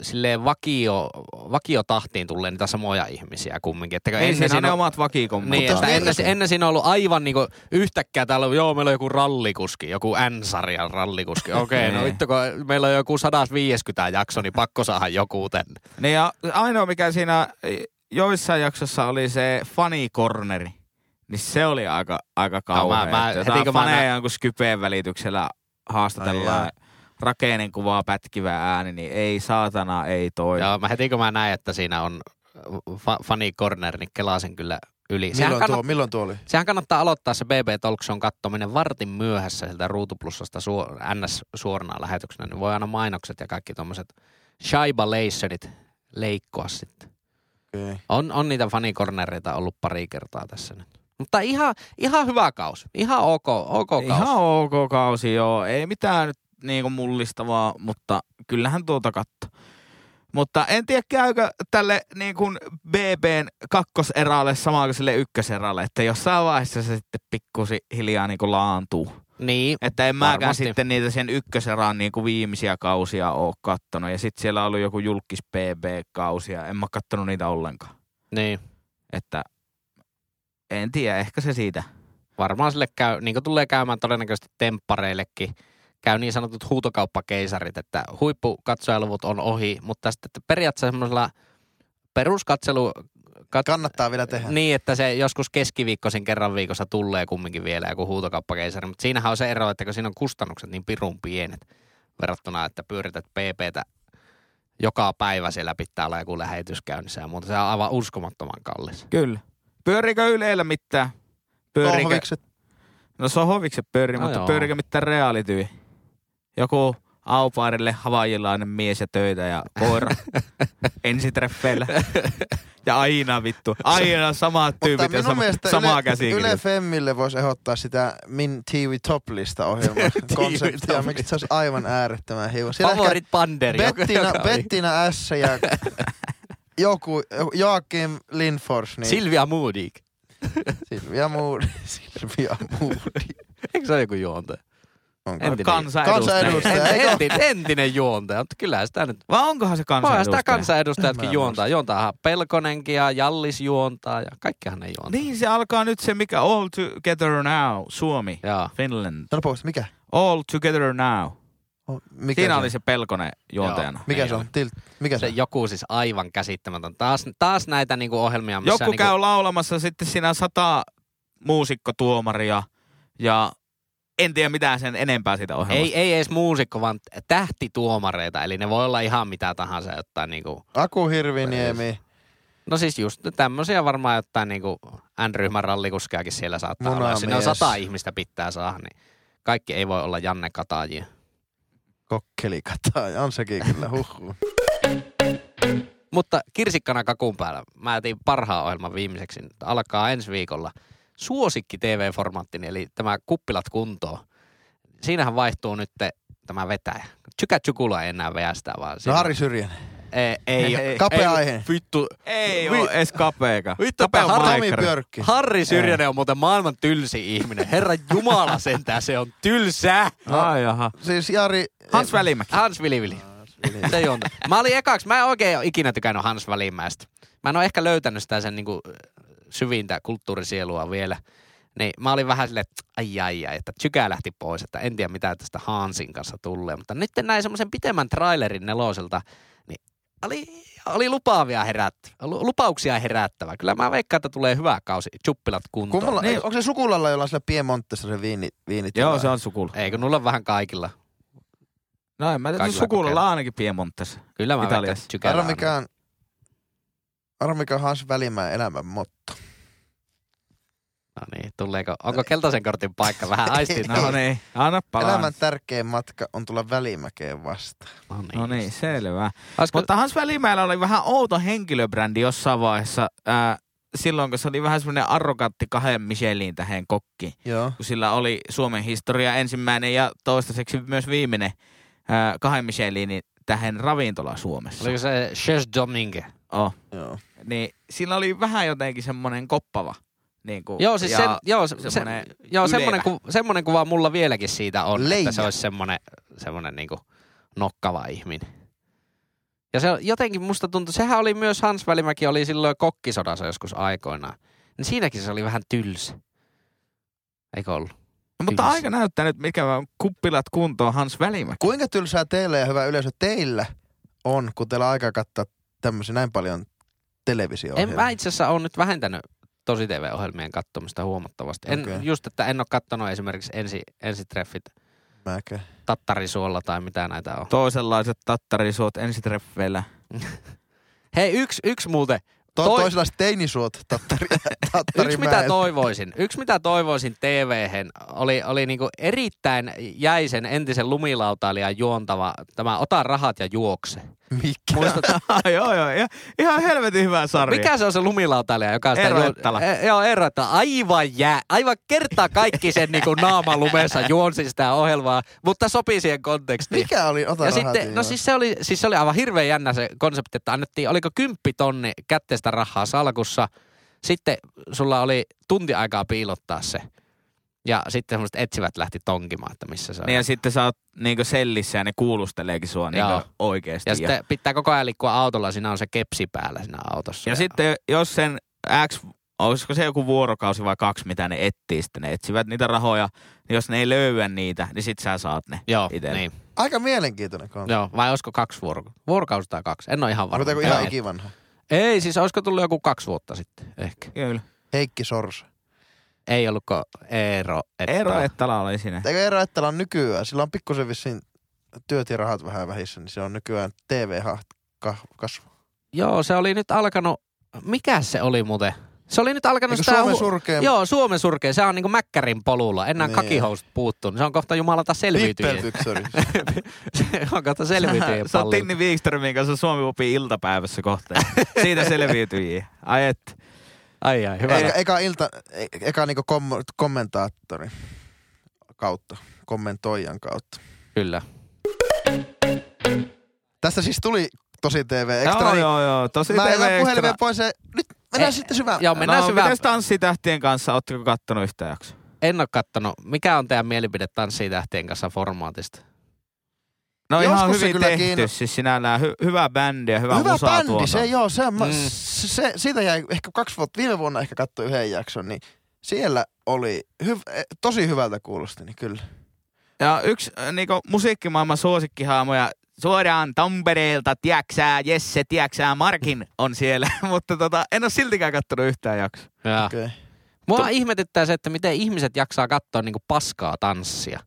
A: silleen vakio, vakiotahtiin tulee niitä samoja ihmisiä kumminkin. Että kun
C: Ei, Niin, siinä on ne
A: on-
C: omat vakikommat.
A: niin,
B: jos
A: että ennen,
B: miettii-
A: ennen siinä on ollut aivan niinku yhtäkkiä täällä, on, joo, meillä on joku rallikuski, joku N-sarjan rallikuski. Okei, okay, no
C: Niin.
A: vittu, kun meillä on joku 150 jakso, niin pakko saada joku tänne.
C: Niin ja ainoa mikä siinä joissain jaksossa oli se funny corneri, niin se oli aika, aika kauhea.
A: No mä- mä-
C: Että
A: heti
C: jotain
A: kun mä
C: faneja
A: nä-
C: jonkun Skypeen välityksellä
B: Ai
C: haastatellaan
B: jaa.
C: rakeinen kuvaa pätkivä ääni, niin ei saatana, ei toi.
A: Joo, mä heti kun mä näin, että siinä on fa- funny corner, niin kelaa sen kyllä yli. Sehän,
B: Milloin
A: kannat,
B: tuo, milloin tuo oli?
A: sehän kannattaa aloittaa se BB Talkshown kattominen vartin myöhässä sieltä Ruutuplussasta suor, NS suorana lähetyksenä. Niin voi aina mainokset ja kaikki tuommoiset shaiba-leissonit leikkoa sitten.
B: Okay.
A: On, on niitä fanikornereita ollut pari kertaa tässä nyt. Mutta ihan, ihan hyvä kaus. Ihan ok, ok kaus.
C: Ihan ok kausi, joo. Ei mitään nyt niinku mullistavaa, mutta kyllähän tuota katto. Mutta en tiedä, käykö tälle niin kuin BBn kakkoserälle samaa kuin sille ykköserälle, että jossain vaiheessa se sitten pikkusi hiljaa niin kuin laantuu.
A: Niin,
C: Että en mäkään
A: Varmasti.
C: sitten niitä sen ykköserään niin kuin viimeisiä kausia ole kattonut. Ja sitten siellä on ollut joku julkis PB-kausia. En mä kattonut niitä ollenkaan.
A: niin.
C: Että en tiedä, ehkä se siitä.
A: Varmaan sille käy, niin kuin tulee käymään todennäköisesti temppareillekin, käy niin sanotut huutokauppakeisarit, että huippukatsojaluvut on ohi, mutta sitten että periaatteessa semmoisella peruskatselu... Kat...
B: Kannattaa vielä tehdä.
A: Niin, että se joskus keskiviikkoisen kerran viikossa tulee kumminkin vielä joku huutokauppakeisari, mutta siinähän on se ero, että kun siinä on kustannukset niin pirun pienet verrattuna, että pyörität PPtä joka päivä siellä pitää olla joku lähetys käynnissä ja muuta. Se on aivan uskomattoman kallis.
C: Kyllä. Pyörikö Yleillä mitään? Pyörikö?
B: Tohvikset.
C: No se on hovikse pyöri,
A: No
C: no mutta
A: joo.
C: joo. pyörikö mitään reality? Joku aupaarille havaijilainen mies ja töitä ja koira ensitreffeillä. ja aina vittu, aina samat
B: Mutta
C: tyypit ja
B: minun
C: sama,
B: mielestä
C: samaa
B: Yle, Yle
C: käsikirjoitusta.
B: Femmille voisi ehdottaa sitä Min TV Top-lista ohjelman konseptia, miksi se olisi aivan äärettömän hiva. Siellä ehkä
A: Favorit Panderi. joka-
B: Bettina,
A: joka oli-
B: Bettina S ja joku, Joakim Lindfors, niin
A: Silvia Moodig.
B: Silvia Moody. Silvia Moody.
A: Eikö se ole joku juontaja?
B: Onko?
A: Entinen.
B: Kansanedustaja.
C: Kansanedustaja.
B: eikö?
A: entinen, entinen juontaja, mutta kyllä sitä nyt...
C: Vai onkohan se
A: Onhan
C: kansanedustaja?
A: sitä kansanedustajatkin
B: Mä en
A: juontaa. Juontaahan Pelkonenkin ja Jallis juontaa ja kaikkihan ne juontaa.
C: Niin se alkaa nyt se mikä All Together Now, Suomi,
A: Jaa.
C: Finland.
B: Sano No pois, mikä?
C: All Together Now.
B: O- Mikä
C: Siinä
B: se?
C: oli se Pelkonen juontajana.
B: Mikä
A: Ei
B: se
A: ole.
B: on? Tilt, mikä
A: Se
B: se,
A: joku siis aivan käsittämätön. Taas, taas näitä niinku ohjelmia, missä
C: Joku
A: niinku,
C: käy laulamassa sitten siinä sata muusikkotuomaria ja en tiedä mitään sen enempää siitä ohjelmasta.
A: ei, ei edes muusikko, vaan tähtituomareita. Eli ne voi olla ihan mitä tahansa jotain niinku...
B: Aku Hirviniemi,
A: No siis just tämmöisiä varmaan jotain niinku N-ryhmän rallikuskeakin siellä saattaa olla. Jos sinne on
B: Munamies.
A: sata ihmistä pitää saada, niin kaikki ei voi olla Janne Katajia.
B: kokkeli kataa. On sekin kyllä, huhhuh.
A: Mutta kirsikkana kakun päällä. Mä etin parhaan ohjelman viimeiseksi. Nyt Alkaa ensi viikolla suosikki TV-formaattini, eli tämä Kuppilat kuntoon. Siinähän vaihtuu nyt tämä vetäjä. Tykä Tsukula ei enää veä sitä, vaan
B: No
A: siinä-
B: Harri Syrjänen.
A: ei, ei, ei,
B: Kapea
A: ei-
B: aihe.
A: Vittu.
C: ei ole edes kapeeka.
A: Vittu,
C: Kapea
A: Harri-
B: Tomi
C: maikkari.
B: Björkki.
A: Harri Syrjänen on muuten maailman tylsi ihminen. Herra Jumala sentään, se on tylsä.
C: Ai jaha.
B: Siis Jari...
C: Hans Välimäki.
A: Hans Vilivili. Se juonta. Mä olin ekaksi, mä en oikein ole ikinä tykännyt Hans Välimäestä. Mä en ole ehkä löytänyt sitä sen niinku syvintä kulttuurisielua vielä. Niin mä olin vähän silleen, että ai ai ai, että tykää lähti pois, että en tiedä mitä tästä Hansin kanssa tulee. Mutta nyt näin semmoisen pitemmän trailerin neloselta, niin oli, oli lupaavia herät, lu- lupauksia herättävä. Kyllä mä veikkaan, että tulee hyvä kausi, chuppilat kuntoon.
B: Kummalla,
A: Ei-
B: niin. onko se sukulalla, jolla on sillä Piemontessa se viini, viinit?
C: Joo, se on sukula.
A: Eikö nulla vähän kaikilla?
C: No en mä tiedä,
A: Kaikilla
C: sukulalla
A: kokeilla.
C: ainakin Piemontessa.
A: Kyllä mä veikkaan,
C: Italiassa.
A: että tykällä
B: Arvo
A: on.
B: mikä on, arvo mikä on Hans Välimäen elämän motto.
A: No niin, tuleeko, onko keltaisen kortin paikka vähän aistit?
C: No niin, anna palaa.
B: Elämän tärkein matka on tulla Välimäkeen vastaan.
A: No niin.
C: No niin, selvä.
A: Olisiko,
C: Mutta Hans Välimäellä oli vähän outo henkilöbrändi jossain vaiheessa. Ää, silloin, kun se oli vähän semmoinen arrogantti kahden Michelin tähän kokki.
B: Joo.
C: kun sillä oli Suomen historia ensimmäinen ja toistaiseksi myös viimeinen ää, kahden Michelinin tähän ravintola Suomessa.
A: oliko se Chef Domingue?
C: Oh.
B: Joo.
C: Niin, sillä oli vähän jotenkin semmoinen koppava. Niin kuin,
A: Joo, siis
C: ja,
A: se, joo, se, semmoinen,
C: semmoinen
A: joo,
C: ylevä.
A: semmoinen, ku, semmoinen kuva mulla vieläkin siitä on, Leija.
B: Leija.
A: että se olisi semmoinen, semmoinen niinku nokkava ihminen. Ja se on- jotenkin musta tuntui, sehän oli myös Hans Välimäki oli silloin kokkisodassa joskus aikoinaan. Niin siinäkin se oli vähän tylsä. Eikö ollut?
C: No, Mutta
A: Kyllä.
C: aika näyttää nyt, mikä on kuppilat kuntoon Hans Välimäki.
B: Kuinka tylsää teillä ja hyvä yleisö teillä on, kun teillä on aikaa katsoa tämmöisiä näin paljon televisio
A: En, mä itse asiassa olen nyt vähentänyt tosi TV-ohjelmien katsomista huomattavasti. En,
B: Okei.
A: Just, että en ole katsonut esimerkiksi ensi, ensitreffit
B: Mäkään.
A: Tattarisuolla tai mitä näitä on.
C: Toisenlaiset tattarisuot ensitreffeillä.
A: Hei, yksi, yksi muuten
B: To,
A: Toi-
B: Toi... Toisenlaiset teinisuot, tattari,
A: Yksi mitä
B: tattarimäet.
A: toivoisin, yksi mitä toivoisin TV-hen oli, oli niinku erittäin jäisen entisen lumilautailijan juontava tämä Ota rahat ja juokse.
B: Mikä?
A: Muistat,
C: joo, joo. Ihan, ihan helvetin hyvä sarja.
A: mikä se on se lumilautailija, joka sitä
C: Eero
A: juo-
C: Ettala.
A: E- joo, Eero Ettala. Aivan jää. Aivan kertaa kaikki sen niinku naamalumessa juonsi sitä ohjelmaa, mutta sopii siihen kontekstiin.
B: Mikä oli? Ota
A: ja
B: rahat
A: sitten, no
B: joo.
A: siis se, oli, siis se oli aivan hirveän jännä se konsepti, että annettiin, oliko kymppitonni kätteistä rahaa salkussa, sitten sulla oli tunti aikaa piilottaa se. Ja sitten semmoiset etsivät lähti tonkimaan, että missä se on.
C: Niin ja sitten sä oot niinku sellissä ja ne kuulusteleekin sua
A: Joo.
C: niinku oikeesti.
A: ja sitten pitää koko ajan liikkua autolla, siinä on se kepsi päällä siinä autossa.
C: ja sitten jos sen X, olisiko se joku vuorokausi vai kaksi, mitä ne etsii sitten, ne etsivät niitä rahoja, niin jos ne ei löyä niitä, niin sit sä saat ne.
A: Joo,
C: Itellä.
A: niin.
B: Aika mielenkiintoinen
C: No.
B: konsepti.
A: Joo, vai olisiko kaksi vuorokautta? Vuorokausi tai kaksi? En ole ihan varma.
B: Onko tämä
A: Joo.
B: ihan ikivanha?
A: Ei, siis olisiko tullut joku kaksi vuotta sitten ehkä.
C: Kyllä.
B: Heikki Sorsa.
A: Ei ollutko Eero. Ettala.
C: Eero Ettala oli siinä.
B: Eikö Eero Ettala on nykyään? Sillä on pikkusen vissiin työt ja rahat vähän vähissä, niin se on nykyään TV-kasvu.
A: Joo, se oli nyt alkanut, mikä se oli muuten? Se oli nyt alkanut
B: Eikö
A: sitä...
B: Suomen
A: hu-
B: surkein
A: Joo, Suomen surkea. Se on niinku Mäkkärin polulla. Enää niin.
B: Niin.
A: kakihousut puuttuu. niin Se on kohta jumalata selviytyjä.
B: pippeltyksöri?
A: se on kohta selviytyjä
C: Sä oot
A: pallilla.
C: Tinni Wikströmin kanssa Suomi Popin iltapäivässä kohta. Siitä selviytyjiä. Ai et.
A: Ai ai, hyvä.
B: eka, eka, ilta, e- eka niinku kom, kommentaattori kautta, kommentoijan kautta.
A: Kyllä.
B: Tästä siis tuli tosi TV Extra.
C: Joo,
B: niin-
C: joo, joo. Tosi
B: Mä
C: TV
B: evän
C: Extra.
B: puhelimen pois. ja Nyt mennään
A: Eh,
B: sitten syvään.
A: Joo, mennään
C: no,
A: syvään.
C: mites tanssitähtien kanssa? Ootteko kattonut yhtään jaksoa?
A: En ole kattonut. Mikä on teidän mielipide tanssitähtien kanssa formaatista?
C: No
B: Joskus
C: ihan
B: se
C: hyvin
B: kyllä
C: tehty.
B: kiinno-
C: Siis sinällään hy- hyvä bändi ja hyvä,
B: Hyvä
C: musaa
B: bändi,
C: tuota.
B: se joo, se, mm.
A: Mm.
B: se, siitä jäi ehkä kaksi vuotta, viime vuonna ehkä katsoi yhden jakson, niin siellä oli, hyv, eh, tosi hyvältä kuulosti, niin kyllä.
C: Ja yksi äh, niinku, musiikkimaailman suosikkihaamoja suoraan Tampereelta, tiäksää, Jesse, tiäksää, Markin on siellä. Mutta tota, en ole siltikään kattonut yhtään jaksoa.
A: Jaa.
B: Okay.
A: Mua ihmetyttää se, että miten ihmiset jaksaa katsoa niinku paskaa tanssia.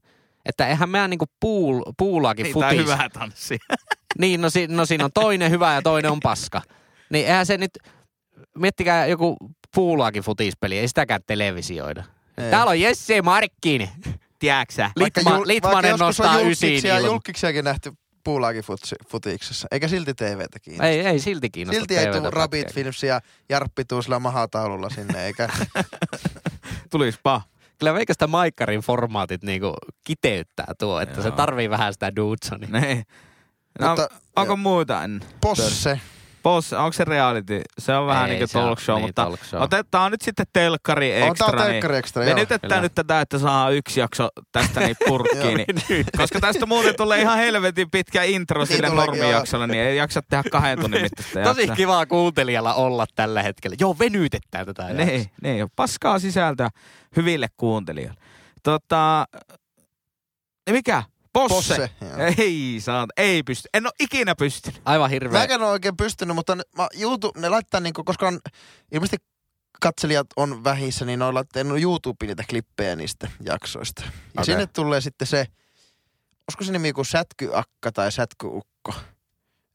A: Että eihän mä niinku puul, puulaakin
C: Niin, tää
A: futis.
C: hyvää tanssia.
A: Niin, no, si- no siinä on toinen hyvä ja toinen on paska. Niin eihän se nyt, miettikää joku puulaakin futispeli, ei sitäkään televisioida. Ei.
B: Ei.
A: Täällä on Jesse Markkini.
C: Tiäksää.
A: Litma, Litmanen nostaa ysiin.
B: julkiksia,
A: ilman-
B: julkiksiakin nähty puulaakin futsi, futiksessa, eikä silti TVtä kiinni.
A: Ei, ei silti kiinnosta.
B: Silti ei
A: TVtä
B: tule Rabbit
A: pätkääkään.
B: Films ja Jarppi tuu sillä mahataululla sinne, eikä
C: Tulispa.
A: Kyllä meikä sitä Maikkarin formaatit niinku kiteyttää tuo, että Joo. se
C: Joo.
A: tarvii vähän sitä Dudsonia.
C: Niin. No,
B: Mutta-
C: onko muuta? En-
B: posse.
C: Boss, onko se reality? Se on vähän
A: Ei,
C: niin kuin
A: se on-
C: talk show,
A: niin,
C: mutta
A: talk show.
C: otetaan nyt sitten telkkari
B: On
C: extra.
B: tää telkkari extra,
C: niin
B: joo.
A: Kyllä.
C: venytetään nyt tätä, että saa yksi jakso tästä niin purkkiin. niin, koska tästä muuten tulee ihan helvetin pitkä intro
B: Niin
C: sille
B: tuleekin,
C: normijaksolle, niin ei jaksa tehdä kahden tunnin mittaista
A: Tosi
C: jaksoa.
A: kivaa kuuntelijalla olla tällä hetkellä. Joo, venytetään tätä. jaksoa.
C: Niin, niin, paskaa sisältöä hyville kuuntelijoille. Tota, niin mikä? Posse.
B: Posse, joo.
C: Ei saa, ei pysty. En ole ikinä pystynyt.
A: Aivan hirveä.
B: Mäkään en ole oikein pystynyt, mutta ne, mä, YouTube, ne laittaa niinku, koska on, ilmeisesti katselijat on vähissä, niin ne on laittanut YouTubeen niitä klippejä niistä jaksoista. Ja
A: Okei.
B: sinne tulee sitten se, olisiko se nimi joku sätkyakka tai sätkyukko.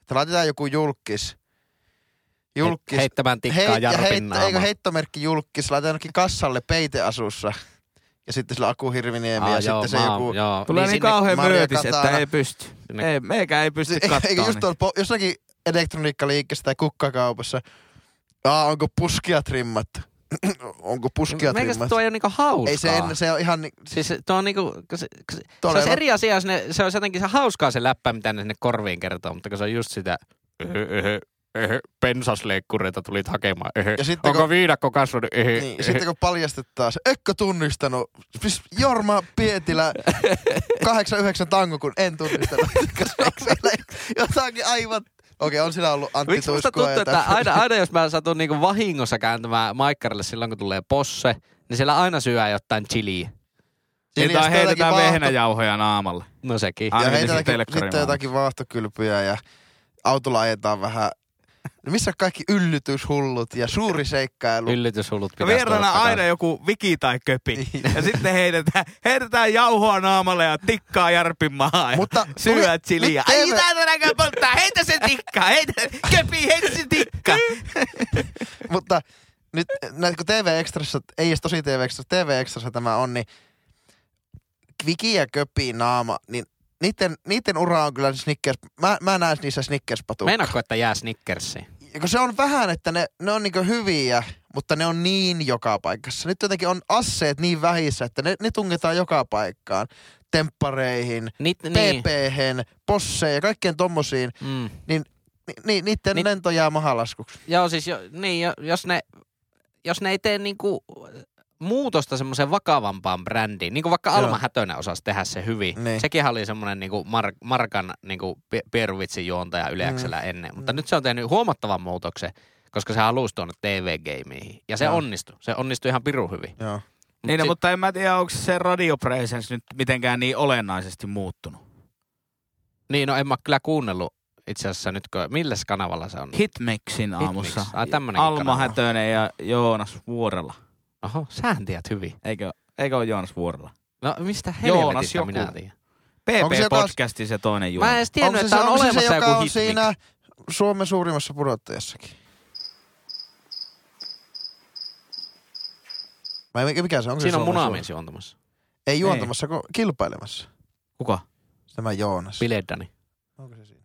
B: Että laitetaan joku julkis. Julkis.
A: Heittämään tikkaa
B: Hei- ja
A: Jarpin
B: heitt-
A: naamaan.
B: Eikö heittomerkki julkis, laitetaan jonnekin kassalle peiteasussa. Ja sitten sillä Aku Hirviniemi ja
A: Aa,
B: sitten se
A: mä
B: joku...
A: oon- Joo.
C: Tulee niin, niin kauhean
B: Maria
C: myötis, että
B: Katana.
C: ei pysty.
A: Sinne-
C: Ei, meikä ei pysty
B: Ei- Eikö
C: kattoon.
B: just tuolla po- jossakin elektroniikkaliikkeessä tai kukkakaupassa, Aa, onko puskia trimmattu? onko puskia
A: Meikästä
B: trimmattu?
A: tuo ei ole niinku hauskaa.
B: Ei se, en, se on ihan... ni-
A: Siis tuo on niinku, se, se, se
B: Todella.
A: olisi eri asia, jos ne, se olisi jotenkin se hauskaa se läppä, mitä ne sinne korviin kertoo, mutta kun se on just sitä, "Öhö, öhö, öhö, pensasleikkureita tulit hakemaan, öhö.
B: Ja sitten
A: onko
B: kun-
A: viidakko kasvanut, öhö,
B: Niin,
A: öhö."
B: ja sitten kun paljastetaan se, ökkö tunnistanut, siis Jorma Pietilä, 89 tango, kun en tunnistanut. Koska se on vielä Jotakin aivan... Okei, on sillä ollut Antti
A: Miksi musta
B: Tuiskua
A: tuntuu,
B: ja
A: että
B: tämmöistä.
A: aina, aina jos mä satun niinku vahingossa kääntämään maikkarille silloin, kun tulee posse, niin siellä aina syö jotain chiliä.
C: Niin,
B: Siinä
C: tai
B: just jotakin
C: heitetään
B: vaahto-
C: vehnäjauhoja naamalle.
A: No sekin.
C: Ai,
B: Ja
C: miten
B: heitetään
C: se telkkari
B: sitten
C: maailma?
B: jotakin vaahtokylpyjä ja autolla ajetaan vähän... No missä on kaikki yllytyshullut ja suuri seikkailu?
A: Yllytyshullut
B: No
C: Ja
A: pitäisi
C: No vierana
A: tulla
C: aina joku viki tai köpi.
B: Niin.
C: ja sitten heitetään, heitetään jauhoa naamalle ja tikkaa jarpin maahan.
B: Mutta
C: Mutta syö
B: tuli-
C: chiliä.
B: nyt
C: Ai
B: TV
C: mitä tänäkään polttaa, heitä se tikka, heitä, köpi, heitä se tikka.
B: Mutta nyt näitä kun TV Extrassa, ei edes tosi TV Extrassa, TV Extrassa tämä on, niin Kviki ja Köpi naama, niin niiden, niiden ura on kyllä Snickers. Mä, mä näen niissä snickers
A: Meinaatko, että jää Snickersiin?
B: kun se on vähän, että ne, ne on niinku hyviä, mutta ne on niin joka paikassa. Nyt jotenkin on asseet niin vähissä, että ne, ne tungetaan joka paikkaan. Temppareihin,
A: Ni,
B: niin.
A: niin.
B: PP-hen, posseen ja kaikkien tommosiin.
A: Mm.
B: Ni, ni, niiden
A: Niin.
B: niin. lento jää mahalaskuksi.
A: Joo, siis jo, niin, jo, jos, ne, jos ne ei tee niinku muutosta semmoiseen vakavampaan brändiin, niin kuin vaikka Alma
B: Joo.
A: Hätönä osasi tehdä se hyvin.
B: Niin.
A: Sekin oli semmoinen niinku mar, Markan niinku Pi- Pieruvitsin juontaja Yleäksellä mm. ennen, mutta mm. nyt se on tehnyt huomattavan muutoksen, koska se halusi tuonne TV-gameihin. Ja se
B: Joo.
A: onnistui. Se onnistui ihan pirun hyvin.
B: Joo.
A: Mut sit-
C: Niin, no, mutta en mä tiedä, onko se radiopresence nyt mitenkään niin olennaisesti muuttunut.
A: Niin, no en mä kyllä kuunnellut itse asiassa nyt, kun, milläs kanavalla se on?
C: Hitmixin aamussa.
A: Hitmix. Ai, tämmönenkin
C: Alma
A: kanava.
C: Hätönen ja Joonas Vuorella.
A: Oho, sähän tiedät hyvin.
C: Eikö, eikö ole Joonas Vuorella?
A: No mistä helvetistä
C: Joonas
A: Joonas,
C: joku.
A: minä tiedän?
B: Onko se joka-
C: PP-podcasti se toinen
A: Mä en
C: Joonas.
A: edes tiennyt, että on
B: onko
A: olemassa
B: se, joka
A: joku
B: on
A: hitmix.
B: siinä Suomen suurimmassa pudottajassakin? Mä en, mikä se on? Onko
A: Siinä on
B: se
A: Niin.
B: Suomen
A: munamies juontamassa.
B: suuri- Ei juontamassa, kun kilpailemassa.
C: Kuka?
B: Tämä Joonas.
A: Bileddani.
B: onko se siinä?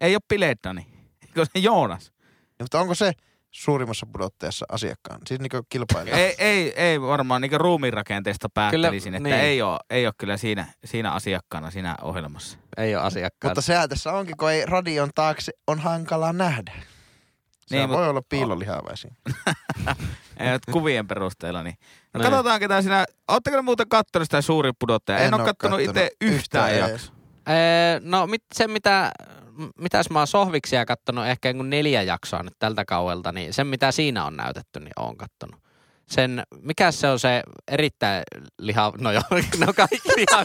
C: Ei ole Pilettani. Eikö se Joonas?
B: Niin, mutta onko se suurimmassa pudotteessa asiakkaan? Siis niinku kilpailija.
C: ei, ei, ei varmaan niin ruumiinrakenteesta päättelisin,
A: Kyllä,
C: että
A: niin.
C: ei, ole, ei ole kyllä siinä, siinä asiakkaana siinä ohjelmassa.
A: Ei ole asiakkaan.
B: Mutta sehän tässä onkin, kun ei radion taakse on hankala nähdä. Se
C: Niin,
B: niin,
C: mut-
B: voi olla piilolihaavaisiin.
C: Ei nyt kuvien perusteella. Niin. No,
A: Niin.
C: katsotaan ketä sinä... Oletteko ne muuten kattonut sitä suuri pudottaja? En,
B: En
C: en ole
B: oo
C: kattonut itse
B: kattonut
C: yhtään,
B: yhtään
C: yhtään
B: ees.
C: jaksoa.
A: Öö, no mit, se, mitä, m- mitäs mä oon sohviksia kattonut ehkä jonkun neljä jaksoa nyt tältä kauelta, niin sen mitä siinä on näytetty, niin oon kattonut. Sen, mikä se on se erittäin liha... No joo, no kaikki liha...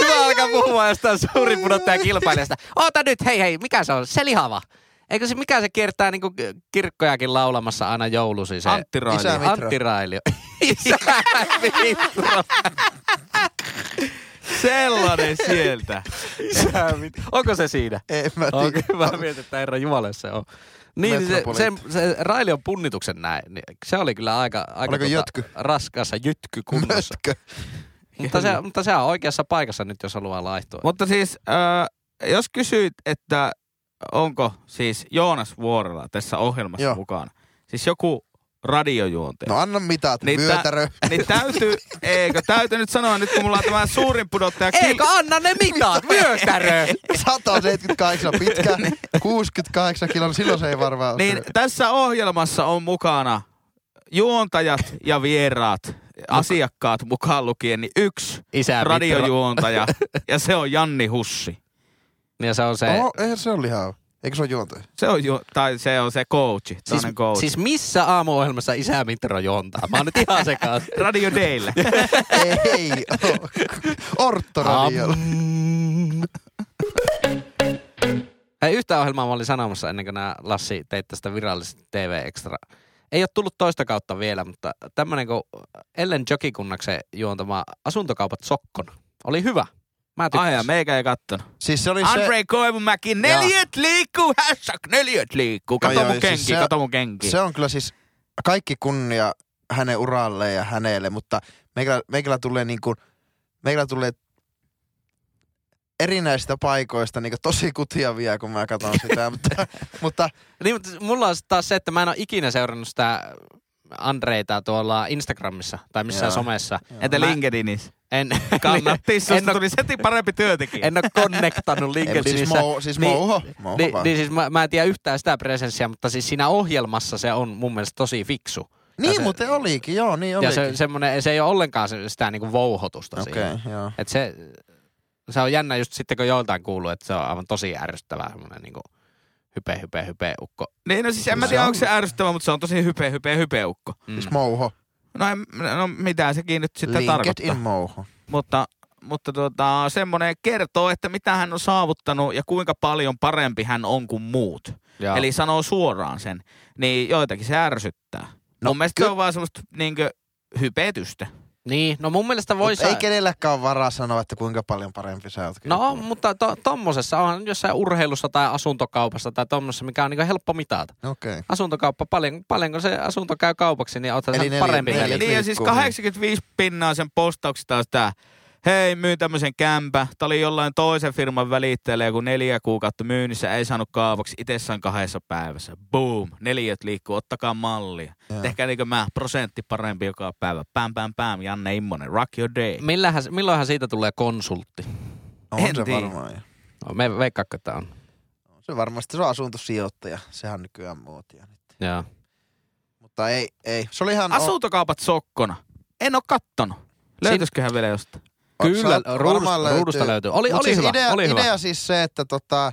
A: Hyvä alkaa puhua jostain suuri pudottaja kilpailijasta. Oota nyt, hei hei, mikä se on? Se lihava. Eikö se, mikä se kiertää niinku kirkkojakin laulamassa aina joulusi se...
C: Antti Raili.
B: Isä- Mitra.
A: Antti Railio. Isä Mitra.
C: Sellainen sieltä.
A: Onko se siinä?
B: En mä tiedä.
A: Okei, okay, mä mietin, että herra Jumala, se on. Niin, niin se, se,
B: Metropoliitta.
A: se Raili on punnituksen näin. niin Se oli kyllä aika, aika tota
B: Oliko jötky?
A: raskaassa jytky kunnossa.
B: Mötkö.
A: mutta, se, mutta se on oikeassa paikassa nyt, jos haluaa laihtua. Mut,
C: Mutta siis, äh, jos kysyt, että onko siis Joonas Vuorella tässä ohjelmassa
B: Joo.
C: mukana, siis joku radiojuontaja.
B: No anna mitat,
C: Niin
B: niin
C: tää-
B: myötärö.
C: Niin täytyy, eikö, täytyy nyt sanoa nyt, kun mulla on tämä suurin pudottaja kil-
A: Eikö anna ne mitään, myötärö!
B: 178 pitkä, 68 kiloa, silloin se ei varmaan ole
C: Niin
B: syönyt.
C: tässä ohjelmassa on mukana juontajat ja vieraat, asiakkaat mukaan lukien, niin yksi
A: Isä Mitra.
C: radiojuontaja, ja se on Janni Hussi.
A: Ja se on se...
B: Oho, No, eihän se ole lihaa. Eikö se ole juontaja?
C: Se on, ju- tai se on se coachi, siis,
A: siis,
C: coach. Siis
A: siis missä aamuohjelmassa isä Mitro juontaa? Mä oon nyt ihan sekaan.
C: Radio Dayllä.
B: ei oo. Orttoradiolla.
A: Hei, yhtä ohjelmaa mä olin sanomassa ennen kuin nämä Lassi teit tästä virallisesti TV Extra. Ei ole tullut toista kautta vielä, mutta tämmönen kuin Ellen Jokikunnaksen juontama Asuntokaupat sokkona. Oli hyvä. Mä
C: Ai ja
A: tykkäsin.
C: meikä ei kattonut.
B: Siis se oli se...
C: Andre Koivumäki, neljät liikkuu, hashtag neljät liikkuu.
B: Ai
C: Kato
B: ai,
C: mun
B: siis
C: kenki,
B: se-
C: kato mun kenki.
B: Se on kyllä siis kaikki kunnia hänen uralleen ja hänelle, mutta meikälä, meikälä tulee niin kuin, meikälä tulee erinäisistä paikoista niin tosi kutiavia, kun mä katson sitä. mutta, mutta
A: Niin, mutta mulla on taas se, että mä en ole ikinä seurannut sitä Andreita tuolla Instagramissa tai missään
B: Joo.
A: somessa.
C: Entä
A: Mä-
C: LinkedInissä?
B: Niin.
A: En,
C: Kannatti,
A: en,
C: susta
A: ole,
C: tuli heti parempi työntekijä.
A: en ole connectannut
B: ei, mut siis,
A: LinkedInissä.
B: mou, siis
A: Niin-
B: mouho, mouho
A: Niin,
B: vaan.
A: niin siis mä, mä en tiedä yhtään sitä presenssiä, mutta siis siinä ohjelmassa se on mun mielestä tosi fiksu.
B: niin
A: se-
B: muuten olikin, joo, niin
A: Ja
B: olikin.
A: se, semmonen, se ei ole ollenkaan se- sitä niinku vouhotusta okay.
B: Okei,
A: siinä.
B: okay, joo.
A: Et se, se on jännä just sitten, kun joiltain kuuluu, että se on aivan tosi ärsyttävää semmoinen niinku hype, hype, hype ukko.
C: Niin, no siis en mä
B: Se
C: tiedä,
B: on-
C: onko se ärsyttävä, mutta se on tosi hype, hype, hypeukko.
A: Mm.
B: Siis mouho,
C: No, en, no mitä sekin nyt sitten tarkoittaa.
B: LinkedIn mouho.
C: Mutta, mutta tota, semmoinen kertoo, että mitä hän on saavuttanut ja kuinka paljon parempi hän on kuin muut.
A: Joo.
C: Eli sanoo suoraan sen. Niin joitakin se ärsyttää. No,
B: No,
C: Mun mielestä se on vaan semmoista niinkö hypetystä.
A: Niin, no mun mielestä voi
B: Mut ei kenelläkään ole varaa sanoa, että kuinka paljon parempi sä oot.
A: No, mutta to, tommosessa on jossain urheilussa tai asuntokaupassa tai tommosessa, mikä on niin helppo mitata.
B: Okei. Okay.
A: Asuntokauppa, paljon, paljonko se asunto käy kaupaksi, niin otat
B: Eli
A: sen
B: neljä-
A: parempi
B: neljä-
A: veli.
C: Niin ja siis
B: liikkuu.
C: 85 pinnaa sen postauksesta on sitä, hei myy tämmöisen kämpä. Tää oli jollain toisen firman välittäjällä joku neljä kuukautta myynnissä, ei saanut kaavaksi, itse sain kahdessa päivässä. Boom, neljät liikkuu, ottakaa mallia.
B: Joo.
C: Tehkää niin kuin mä, prosentti parempi joka päivä. Päm, päm, päm, Janne Immonen, rock your day.
A: Millähän, milloinhan siitä tulee konsultti?
B: On
C: en
B: se
C: tiedä.
B: varmaan. jo.
A: No, me veikkaan, että on.
B: On se varmasti. Se on asuntosijoittaja. Sehän on nykyään muotia. nyt.
A: Joo.
B: Mutta ei, ei. Se oli ihan...
C: Asuntokaupat sokkona. En oo kattonut. Löytyisiköhän vielä jostain?
B: on-
A: Kyllä,
B: se on- varmaan
A: ruudusta, ruudusta löytyy. Oli,
B: Mut
A: oli,
B: siis
A: hyvä,
B: idea,
A: oli hyvä.
B: idea siis se, että tota,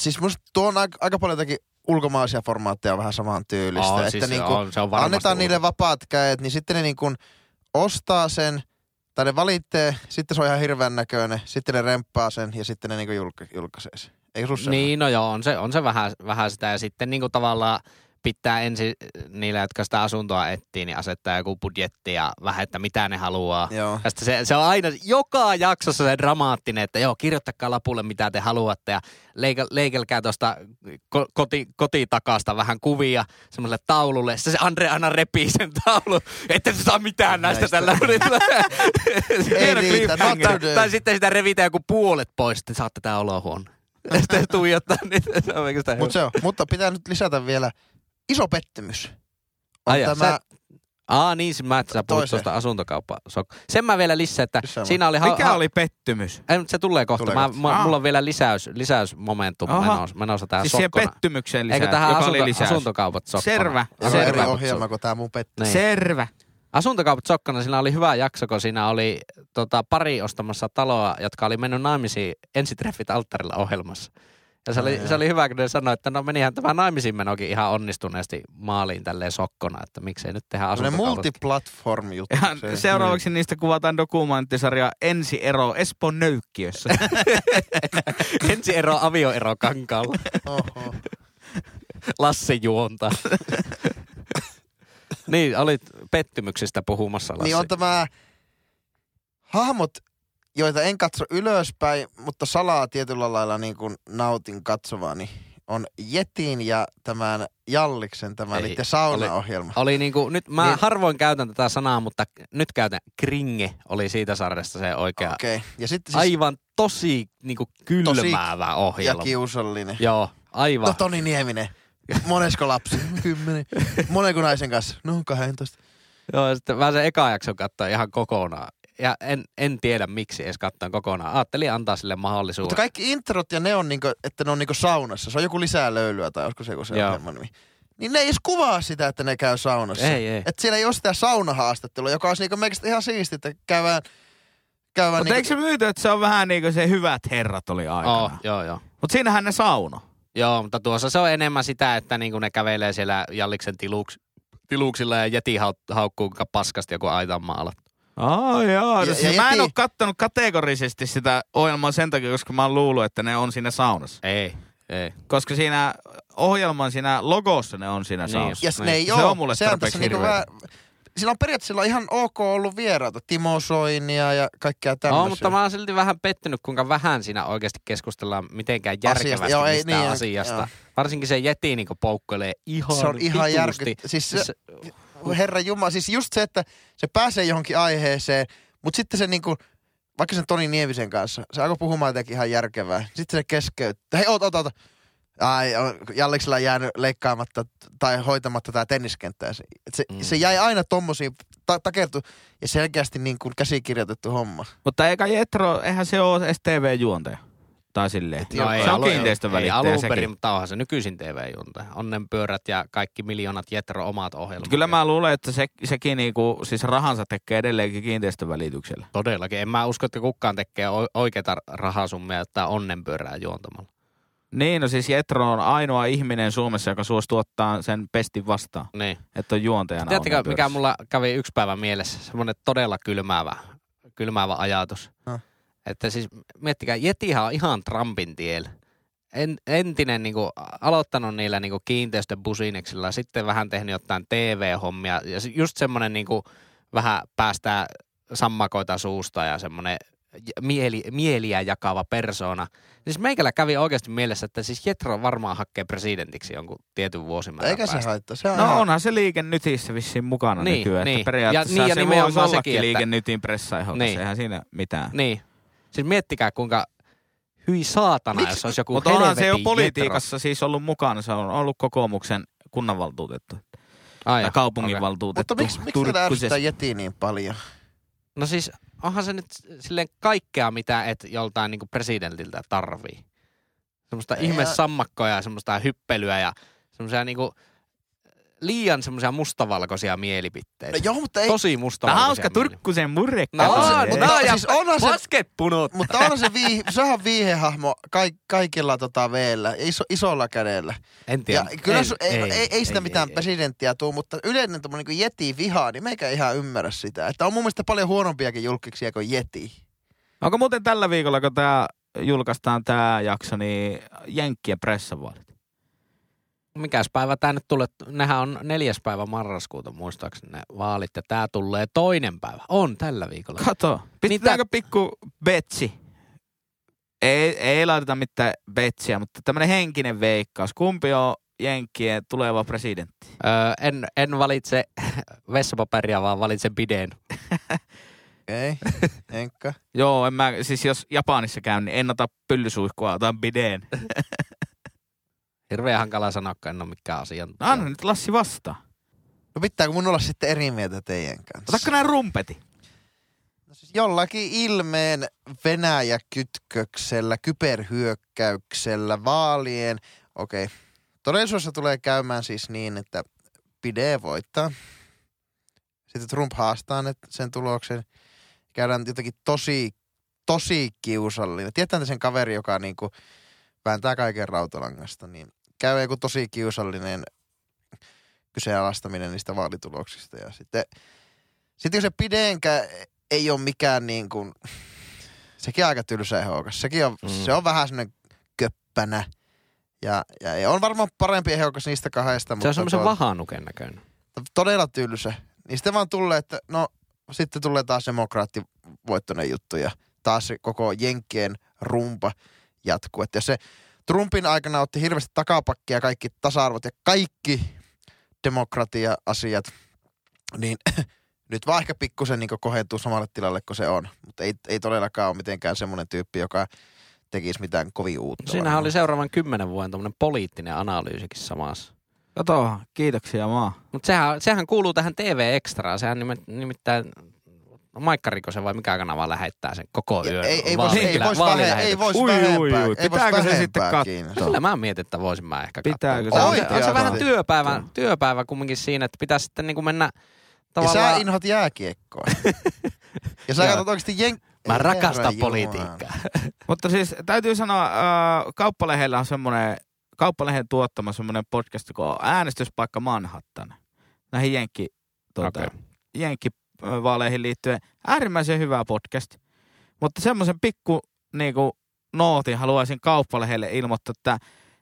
B: siis musta tuo on aika, aika paljon jotakin ulkomaalaisia formaatteja vähän samaan tyylistä.
A: On,
B: että
A: siis
B: niinku,
A: on, se on varmasti
B: annetaan
A: uusi.
B: niille vapaat kädet, niin sitten ne niinku ostaa sen, tai ne valitsee, sitten se on ihan hirveän näköinen, sitten ne remppaa sen ja sitten ne niinku julka- julkaisee sen. Eikö sussa
A: Niin, no joo, on se, on se vähän, vähän sitä. Ja sitten niin kuin tavallaan pitää ensin niillä, jotka sitä asuntoa etsii, niin asettaa joku budjetti ja vähän, että mitä ne haluaa.
B: Joo.
A: Ja sitten se, se on aina joka jaksossa se dramaattinen, että joo, kirjoittakaa lapulle mitä te haluatte ja leikä, leikelkää tuosta ko, koti, kotitakasta vähän kuvia semmoiselle taululle. Sitten se Andre aina repii sen taulun, että se saa mitään näistä,
B: Näistä.
A: tällä
B: Ei
A: Hieno
B: riitä, not
A: cliffhanger.
B: today.
A: Tai sitten sitä revitään joku puolet pois, sitten saatte tää olohuone. Ja sitten tuijottaa niitä. Se on oikeastaan
B: Mut
A: hyvä.
B: se on, mutta pitää nyt lisätä vielä iso pettymys. On
A: Ai jaa,
B: tämä,
A: sä- Aa niin, mä et sä puhut
B: Toiseen.
A: tuosta asuntokauppa. Sen mä vielä lisään, että
B: Lisää
A: siinä oli... ha-
C: Mikä
A: ha-
C: oli pettymys?
A: Ei, mutta se tulee kohta.
B: Tulee
A: mä,
B: kohta.
A: Mä,
C: Aa.
A: mulla on vielä lisäys, lisäysmomentum
C: Aha.
A: menossa, menossa tähän
C: Siis siihen
A: sokkona.
C: pettymykseen lisää,
A: Eikö tähän
C: joka oli
A: asunto,
C: lisäys.
A: asuntokaupat sokkona?
C: Servä,
B: Tämä on eri
C: servä.
B: ohjelma kuin tämä mun pettymys.
A: Niin.
C: Servä.
A: Asuntokaupat sokkona, siinä oli hyvä jakso, kun siinä oli tota, pari ostamassa taloa, jotka oli mennyt naimisiin ensitreffit alttarilla ohjelmassa. Ja se oli,
B: Ai
A: se oli hyvä, kun ne sanoi, että no menihän tämä naimisiin menokin ihan onnistuneesti maaliin tälleen sokkona, että miksei nyt tehdä
B: Semmoinen
A: asuntokaupat.
B: multiplatform juttu.
C: Ja seuraavaksi
A: niin.
C: niistä kuvataan dokumenttisarja Ensi ero Espoon nöykkiössä.
A: Ensi ero avioero kankaalla.
B: Oho.
A: Lasse juonta. niin, olit pettymyksistä puhumassa, Lassi.
B: Niin on tämä hahmot, joita en katso ylöspäin, mutta salaa tietyllä lailla niin kuin nautin katsovaani, on Jetin ja tämän Jalliksen tämä
A: Ei,
B: niiden saunaohjelma.
A: Oli niinku, nyt mä
B: Niin.
A: niin. harvoin käytän tätä sanaa, mutta nyt käytän kringe, oli siitä sarjasta se oikea. Okay.
B: Okei. Okay. Ja sitten
A: Siis
B: siis
A: aivan tosi niinku kylmäävä tosi
B: ja
A: ohjelma.
B: kiusallinen.
A: Joo, aivan.
B: No Toni Nieminen. Monesko lapsi? Kymmenen. Monenko naisen kanssa? No 12.
A: Joo, ja sitten mä sen eka jakson katsoin ihan kokonaan. Ja en, en tiedä miksi edes katsoin kokonaan. Ajattelin antaa sille mahdollisuuden.
B: Mutta kaikki introt ja ne on niinku, että ne on niinku saunassa. Se on joku lisää löylyä tai olisiko se joku se
A: Joo.
B: ohjelman nimi. Niin ne ei edes kuvaa sitä, että ne käy saunassa.
A: Ei, ei.
B: Et siellä ei ole sitä saunahaastattelua, joka olisi niinku meikistä ihan siisti, että käydään... käydään
C: Mutta eikö
B: niinku,
C: se myyty, että se on vähän niin kuin se hyvät herrat oli aikana?
A: oh, joo, joo.
C: Mutta siinähän ne sauno.
A: Joo, mutta tuossa se on enemmän sitä, että niinku ne kävelee siellä Jalliksen tiluks, tiluksilla ja jäti hau- haukkuu kuinka paskasti joku aitan maalla.
C: Oh, joo.
B: Ja-
C: Ja,
B: ja
C: siis mä en
B: jäti-
C: ole kattonut kategorisesti sitä ohjelmaa sen takia, koska mä oon luullut, että ne on siinä saunassa.
A: Ei, ei.
C: Koska siinä ohjelman siinä logossa ne on siinä
A: Niin.
C: saunassa.
B: ja s- ne
A: Niin.
B: ei
C: Se
B: ole.
C: on mulle
B: on
C: tarpeeksi
B: tässä niinku
C: hirveetä.
B: vähän- Sillä on periaatteessa sillä on ihan ok ollut vieraita. Timo Soinia ja kaikkea tämmöisiä.
A: No, mutta mä oon silti vähän pettynyt, kuinka vähän siinä oikeasti keskellaan mitenkään
B: Asiasta,
A: järkevästi
B: joo, ei
A: mistään
B: niin,
A: asiasta.
B: joo.
A: Varsinkin se jäti niin poukkoilee ihan
B: Se on ihan järky...
A: vitusti.
B: Siis se,
A: Se-
B: herra Jumala, siis just se, että se pääsee johonkin aiheeseen, mutta sitten se niinku, vaikka sen Toni Niemisen kanssa, se alkoi puhumaan jotenkin ihan järkevää. Sitten se keskeyttää. Hei, oota, oota, oota. Ai, on- Jalliksella on jäänyt leikkaamatta tai hoitamatta tämä tenniskenttä. Ja Se, et se,
A: Mm.
B: mm. se jäi aina tommosiin ta- takertu ja selkeästi niin kuin käsikirjoitettu homma.
C: Mutta eikä Jetro, eihän se ole STV-juontaja. Tai silleen.
B: Et joo,
C: No, se on
A: alun- no ei
C: kiinteistövälittäjä
A: alun
C: sekin.
A: perin, mutta onhan se nykyisin TV-junta. Onnenpyörät ja kaikki miljoonat Jetro omat ohjelmat.
C: Kyllä mä luulen, että se, sekin niinku, siis rahansa tekee edelleenkin kiinteistövälityksellä.
A: Todellakin. En mä usko, että kukaan tekee o- oikeita rahasummia jotain onnenpyörää juontamalla.
C: Niin, no siis Jetro on ainoa ihminen Suomessa, joka suostuu ottaa sen pestin vastaan,
A: Niin.
C: että on juontajana.
A: Tiedättekö, mikä
C: onnenpyörässä.
A: mulla kävi yksi päivä mielessä? Semmoinen todella kylmäävä, kylmäävä ajatus.
B: Häh?
A: Että siis miettikää, Jetihan on ihan Trumpin tiellä. En, entinen niin kuin, aloittanut niillä niin kuin kiinteistöbusineksilla, sitten vähän tehnyt jotain TV-hommia ja se- just semmoinen niin kuin, vähän päästää sammakoita suusta ja semmoinen j- mieli, mieliä jakava persoona. Siis meikällä kävi oikeasti mielessä, että siis Jetro varmaan hakee presidentiksi jonkun tietyn vuosimäärän
B: Eikä se
A: päästä.
B: haittaa. Se on
C: No
B: ihan-
C: onhan se liike nytissä vissiin mukana
A: Niin,
C: nykyään.
A: niin.
C: Että periaatteessa
A: Ja- niin, ja
C: se
A: nimenomaan
C: voisi ollakin
A: sekin, että-
C: liike nytin pressaiholta.
A: Niin.
C: Niin. Eihän siinä mitään.
A: Niin. Siis miettikää kuinka hyi saatana,
C: Miksi-
A: jos olisi joku
C: Mutta onhan se jo
A: helvetin
C: politiikassa siis ollut mukana. Se on ollut kokoomuksen kunnanvaltuutettu
A: Jetro. Ai
C: tai
A: joo, okei.
C: kaupunginvaltuutettu.
B: Mutta miksi, miksi tätä ärsyttää jeti niin paljon?
A: No siis onhan se nyt silleen kaikkea, mitä et joltain niin presidentiltä tarvii. Semmoista
B: Ei,
A: ihme
B: ja-
A: sammakkoja ja semmoista hyppelyä ja semmoisia niin liian semmoisia mustavalkoisia mielipiteitä.
B: No joo, mutta ei...
A: Tosi
C: Tämä
A: mustavalkoisia.
C: on hauska
A: mieli-
C: Turkkusen murre.
A: No,
B: Mutta se-
A: on,
B: mutta
A: no, ja
B: siis onhan se-
A: Paskepunut.
B: Mutta onhan se, vii, sehän viihehahmo kaik, kaikilla tota veellä, iso, isolla kädellä.
A: En tiedä.
B: Ja kyllä ei, su, ei, ei, ei, ei sitä mitään siis ei, presidenttiä tuu, mutta yleinen tommonen niin jeti vihaa, niin meikä ihan ymmärrä sitä. Että on mun mielestä paljon huonompiakin julkiksia kuin jeti.
C: Onko muuten tällä viikolla, kun tämä julkaistaan tämä jakso, niin Jenkkien pressavaalit?
A: Mikäs päivä tämä nyt tulee? Nehän on neljäs päivä marraskuuta muistaakseni ne vaalit ja tämä tulee toinen päivä. On tällä viikolla.
C: Kato. Pistetäänkö pikku betsi? Ei, ei laiteta mitään betsiä, mutta tämmöinen henkinen veikkaus. Kumpi on Jenkkien tuleva presidentti?
A: Öö, en, en valitse vessapaperia, vaan valitsen bideen.
B: Ei, enkä.
C: Joo, en mä, siis jos Japanissa käyn, niin en ota pyllysuihkua, otan bideen.
A: Hirveän hankala sanoa, kun en ole mikään asiantuntija.
C: No anna nyt Lassi vastaa.
B: No pitääkö mun olla sitten eri mieltä teidän kanssa?
C: Otatko näin rumpeti?
B: No siis jollakin ilmeen Venäjä-kytköksellä, kyberhyökkäyksellä, vaalien. Okei. Todellisuudessa tulee käymään siis niin, että Pide voittaa. Sitten Trump haastaa ne- sen tuloksen. Käydään jotenkin tosi, tosi kiusallinen. Tiedätkö sen kaveri, joka niinku vääntää kaiken rautalangasta, niin käy joku tosi kiusallinen kyseenalaistaminen niistä vaalituloksista. Ja sitten, sitten jos se pideenkä ei ole mikään niin kuin, sekin on aika tylsä ja houkas. Sekin on,
A: Mm.
B: mm. se on vähän semmoinen köppänä. Ja, ja, ja, on varmaan parempi ja houkas niistä kahdesta.
A: Se on
B: mutta
A: semmoisen
B: tuota-
A: vahanuken näköinen.
B: todella tylsä. Niin sitten vaan tulee, että no sitten tulee taas demokraattivoittoinen juttu ja taas se koko Jenkkien rumpa jatkuu. Että jos se Trumpin aikana otti hirveästi takapakkia kaikki tasa-arvot ja kaikki demokratia-asiat, niin nyt vaan ehkä pikkusen niin kohentuu samalle tilalle kuin se on. Mutta ei, ei todellakaan ole mitenkään semmoinen tyyppi, joka tekisi mitään kovin uutta.
A: Siinähän
B: varmaan.
A: oli seuraavan kymmenen vuoden tämmöinen poliittinen analyysikin samassa.
C: Kato, kiitoksia maa.
A: Mutta sehän, sehän kuuluu tähän TV-ekstraan. Sehän nimet, nimittäin Maikkarikosen vai mikä kanava lähettää sen koko
B: Ja
A: yön.
B: ei,
A: vaali-
B: ei, voisi, ei
A: lä-
B: voisi vähe,
A: vaalilähetyksen.
B: ei voisi
C: Ui, ui,
B: vähempää.
C: ui.
B: ei voisi
C: Pitääkö se sitten
B: vähempää
C: katsoa?
B: kiinnostaa.
A: Kyllä mä mietin, että voisin mä ehkä
C: Pitääkö
A: katsoa. On,
B: se-
A: se, on se
B: Oikeasti.
A: vähän työpäivän, työpäivä kumminkin siinä, että pitäisi sitten niin kuin mennä
B: Ja sä
A: tavallaan...
B: inhot jääkiekkoa. ja sä
A: Joo.
B: katsot oikeesti jen...
A: Mä
B: Herra
A: rakastan
B: Jumala.
A: politiikkaa.
C: Mutta siis täytyy sanoa, äh, kauppalehdellä on semmoinen, kauppalehden tuottama semmoinen podcast, joka on äänestyspaikka Manhattan. Näihin jenkki, tuota,
A: Okei.
C: okay. jenkkivaaleihin liittyen. Äärimmäisen hyvä podcast. Mutta semmoisen pikku niinku, nootin haluaisin kauppalehdelle ilmoittaa, että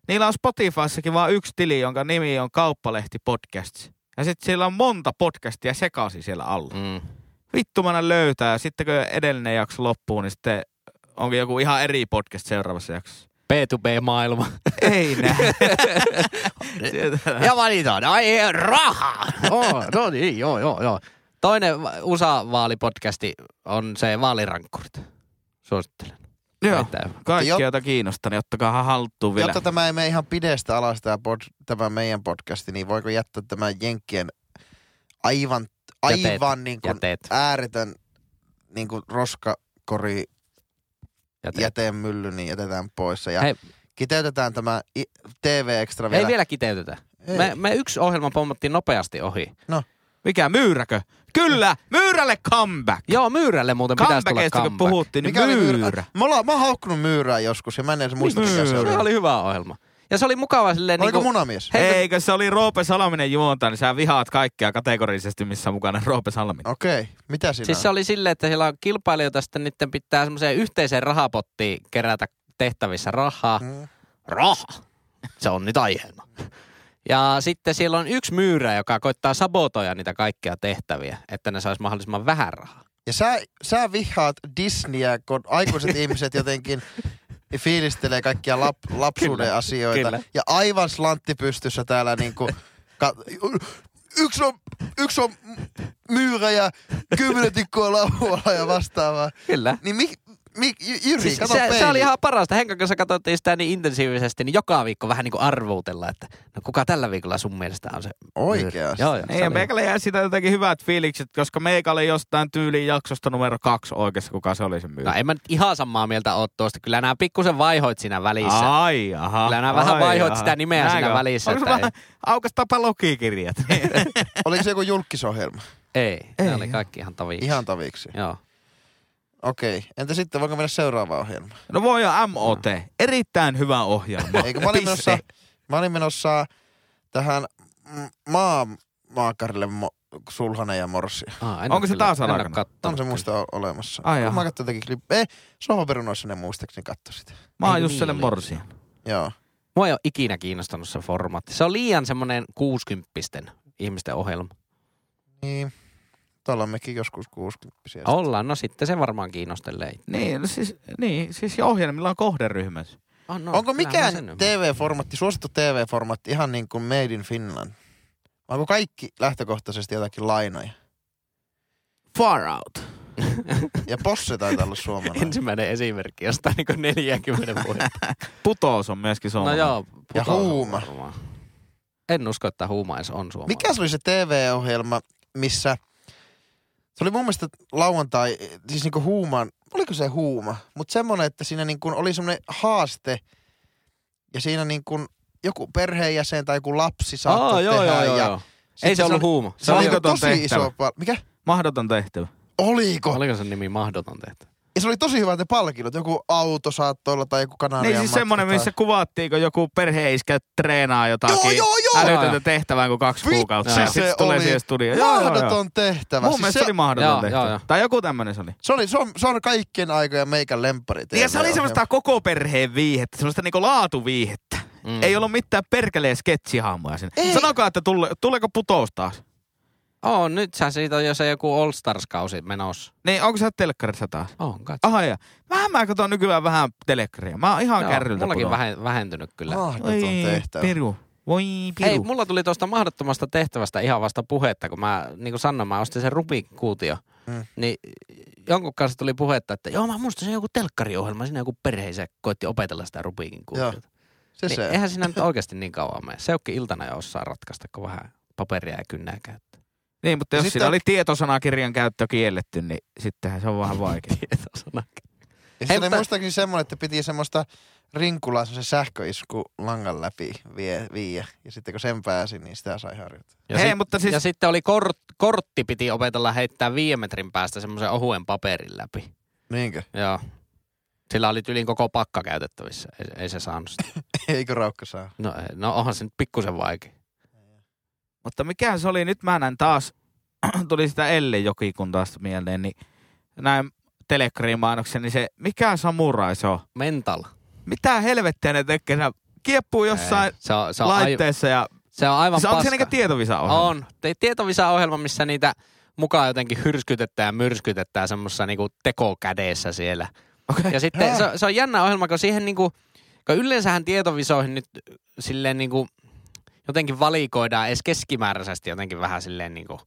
C: niillä on Spotifyssakin vain yksi tili, jonka nimi on Kauppalehti Podcasts. Ja sitten siellä on monta podcastia sekaisin siellä alla
A: Mm.
C: vittu mennä löytää. Ja sitten kun edellinen jakso loppuu, niin sitten onkin joku ihan eri podcast seuraavassa jaksossa.
A: B2B-maailma.
C: Ei näin. Sieltä-
A: Ja valitaan, ai rahaa! Oh, no niin, joo, joo, joo. Toinen va- USA-vaalipodcasti on se Vaalirankkurit. Suosittelen.
C: Joo.
A: Erittäin hyvä.
C: Kaikki, joita kiinnostaa, niin ottakaa haltuun vielä.
B: Jotta tämä ei mene ihan pidestä alas tämä, pod, tämä meidän podcasti, niin voiko jättää tämä Jenkkien aivan,
A: Jäteet.
B: aivan niin kuin
A: Jäteet,
B: ääretön niin kuin roskakori
A: jäteet.
B: jätemylly, niin jätetään pois. se. Ja
A: Hei.
B: kiteytetään tämä i- TV Extra
A: Ei
B: vielä.
A: vielä kiteytetä.
B: Ei.
A: Me, me yksi ohjelma pommattiin nopeasti ohi.
C: Mikä, myyräkö? Kyllä, myyrälle comeback.
A: Joo, Myyrälle muuten pitäisi tulla
C: Comebackista, kun
A: comeback.
C: puhuttiin, niin
B: Mikä oli myyrä?
C: myyrä.
B: Me ollaan, mä oon haukkunut myyrää joskus ja mä en edes muista mikä se
C: Myyrä.
B: oli.
A: Se oli hyvä ohjelma. Ja se oli mukava silleen...
B: Oliko
A: niinku-
B: munamies?
A: Hei, kun-
C: Eikö se oli Roope Salminen juonta, niin sä vihaat kaikkea kategorisesti, missä on mukana Roope Salminen.
B: Okei, mitä siinä
A: Siis se oli silleen, että siellä on kilpailijoita, sitten niiden pitää semmoiseen yhteiseen rahapottiin kerätä tehtävissä rahaa.
B: Mm.
A: Raha! Se on nyt aiheena. Ja sitten siellä on yksi myyrä, joka koittaa sabotoida niitä kaikkia tehtäviä, että ne sais mahdollisimman vähän rahaa.
B: Ja sä, sä vihaat Disneyä, kun aikuiset ihmiset jotenkin fiilistelee kaikkia lap, lapsuuden
A: Kyllä,
B: asioita.
A: kyllä.
B: Ja aivan slantti pystyssä täällä niinku... Ka- yksi on, yksi on myyrä ja kymmenen tikkoa laualla ja vastaavaa.
A: Kyllä.
B: Niin mi, mi, Jy-
A: Siis
B: Jyri, siis kato
A: se, se, oli
B: peiliin.
A: ihan parasta. Henkan kanssa katsottiin sitä niin intensiivisesti, niin joka viikko vähän niin kuin arvuutella, että no kuka tällä viikolla sun mielestä on se
B: Oikeasti.
A: Joo, joo,
C: Niin,
A: se
C: ja
A: oli-
C: meikälle jäi sitä jotenkin hyvät fiilikset, koska meikä oli jostain tyyliin jaksosta numero kaksi oikeassa, kuka se oli se myy.
A: No en mä nyt ihan samaa mieltä ole tuosta. Kyllä nämä pikkusen vaihoit siinä välissä.
C: Ai, aha.
A: Kyllä nää vähän
C: ai,
A: vaihoit
C: aha.
A: sitä nimeä siinä välissä,
C: Onko
A: että
C: vähän, aukastaapa lukikirjat.
B: Oliko se joku julkisohjelma?
A: Ei, Ei ne
C: Ei,
A: oli
C: joo.
A: kaikki ihan taviksi.
B: Ihan taviksi.
A: Joo.
B: Okei. Okay. Entä sitten, voinko mennä seuraavaan ohjelmaan?
C: no voi jo MOT. Erittäin hyvä ohjelma.
B: Eikö mä olin
C: Piste.
B: menossa, mä olin menossa tähän maa, maakarille mo- sulhana ja morsi.
A: Ah, en
C: Onko
A: ole
C: se
A: kyllä-
C: taas
A: en ole
C: alkanut?
A: kattonut
B: On se
A: kyllä.
B: muista o- olemassa.
C: Ai
B: Ai
C: jaha.
B: mä katsoin jotakin klippiä. Ei, sohvaperunoissa ne muistaakseni katso sitä.
C: Mä oon
A: Eikö
C: Jusselle
A: niin
C: Morsi.
A: ollut?
B: Joo.
A: Mua ei ole ikinä kiinnostanut se formaatti. Se on liian semmoinen 60 ihmisten ohjelma.
B: Niin. Tuolla on mekin joskus 60
A: Ollaan, no sitten se varmaan kiinnostelee.
C: Niin, no siis, niin, siis ja ohjelmilla on kohderyhmänsä.
A: Oh, no,
B: Onko
A: kyllä mä
B: mikään
A: sen ymmärrän.
B: TV-formaatti, suosittu TV-formaatti ihan niin kuin Made in Finland? Vai Onko kaikki lähtökohtaisesti jotakin lainoja?
C: Far Out.
B: Ja Posse taitaa olla suomalainen.
A: Ensimmäinen esimerkki jostain niin 40 vuotta.
C: Putous on myöskin
A: no
C: suomalainen.
A: joo.
B: Ja
A: putoilu
B: huuma.
A: varmaan. En usko, että huuma edes on suomalainen.
B: Mikä se oli se TV-ohjelma, missä... Se oli mun mielestä lauantai, siis niinku huuman, oliko se huuma? Mutta semmonen, että siinä niinku oli semmoinen haaste ja siinä niinku joku perheenjäsen tai joku lapsi saattoi
A: Aa,
B: tehdä.
A: joo, joo, joo,
B: ja
A: joo.
B: sitten
A: Ei se ollut
B: oli,
A: huuma.
B: se oli
C: Mahdoton
B: tosi
C: tehtävä.
B: iso pal- Mikä?
C: Mahdoton tehtävä. Niin,
B: Oliko?
A: Oliko sen nimi mahdoton tehty?
B: Ja se oli tosi hyvä ne palkinnot. Joku auto saattoi olla tai joku kanarian
C: Niin siis
B: matka
C: semmonen,
B: tai-
C: missä kuvattiin, kun joku perheiskä treenaa jotakin
B: Joo, joo, joo!
C: älytöntä tehtävää kuin kaksi
B: Vitsi,
C: kuukautta.
B: se
C: ja sitten tulee
B: oli
C: siihen studioon. Joo, joo, joo.
B: Mahdoton tehtävä.
C: Mun
B: Siis
C: mielestä
B: se,
C: se oli mahdoton
A: Joo,
C: tehtävä.
A: joo, joo.
C: Tai joku tämmönen se oli.
B: se, oli, se, on, se on kaikkien aikojen meikän lempari.
C: Niin, Ja se oli
B: TV-ohjelma.
C: semmoista koko perheen viihettä, semmoista niinku laatuviihettä.
A: Mm.
C: Ei ollut mitään perkeleen sketsihahmoja sinne.
B: Ei.
C: Sanokaa, että tulle, tuleeko putous taas?
A: Oo, Oh, nythän siitä on jo se joku All Stars-kausi menossa. Ah,
C: Niin, onko sä telkkarissa taas?
A: On, katso.
C: Aha, ja. Vähän mä katson nykyään vähän telekkaria. Mä oon ihan kärryltä
A: Mullakin
C: pudonnut.
A: vähän, vähentynyt kyllä.
B: Mahdoton
C: Oi,
B: tehtävä.
C: Piru. Voi piru.
A: Hei, mulla tuli tuosta mahdottomasta tehtävästä ihan vasta puhetta, kun mä, niin kuin Sanna, mä ostin sen Rubik-kuutio.
B: Mm.
A: Niin jonkun kanssa tuli puhetta, että joo, mä muistan sen joku telkkariohjelma, siinä joku perheisä koitti opetella sitä Rubikin kuutiota.
B: Se
A: Niin,
B: se.
A: eihän siinä nyt oikeasti niin kauan mene. Se onkin iltana jo osaa ratkaista, kun vähän paperia ja kynnää käyttää.
C: Niin, mutta jos
B: No Sitten-
C: siinä oli tietosanakirjan käyttö kielletty, niin sittenhän se on vähän vaikea.
A: Tietosana.
B: Ja sitten
A: Hei,
B: oli
A: mutta-
B: muistaakseni semmoinen, että piti semmoista rinkulaa semmoisen sähköisku langan läpi vie, viiä. Ja sitten kun sen pääsi, niin sitä sai harjoittaa.
A: Ja,
C: Hei,
A: sit,
C: mutta siis-
A: ja sitten oli kort, kortti piti opetella heittää viiden metrin päästä semmoisen ohuen paperin läpi.
B: Niinkö?
A: Joo. Sillä oli tylin koko pakka käytettävissä. Ei, ei se saanut sitä.
B: Eikö raukka saa?
A: No, ei- no onhan se nyt pikkusen vaikea.
C: Mutta mikä se oli, nyt mä näin taas, tuli sitä Elle Jokikun taas mieleen, niin näin telekkarin mainoksen, niin se, mikä samurai se on?
A: Mental.
C: Mitä helvettiä ne tekee? Se kieppuu jossain
A: Ei, se, on, se,
C: ei,
A: on ai,
C: laitteessa ja...
A: se on aivan
C: Siis onko se
A: paska.
C: niinku tietovisa ohjelma?
A: On. Te- Tietovisa-ohjelma, missä niitä mukaan jotenkin hyrskytetään ja myrskytetään semmoisessa niinku tekokädessä siellä.
C: Okei.
A: Ja sitten
B: Hää?
A: se, se on jännä ohjelma, kun siihen niinku, kun yleensähän tietovisoihin nyt silleen niinku jotenkin valikoidaan edes keskimääräisesti jotenkin vähän silleen niinku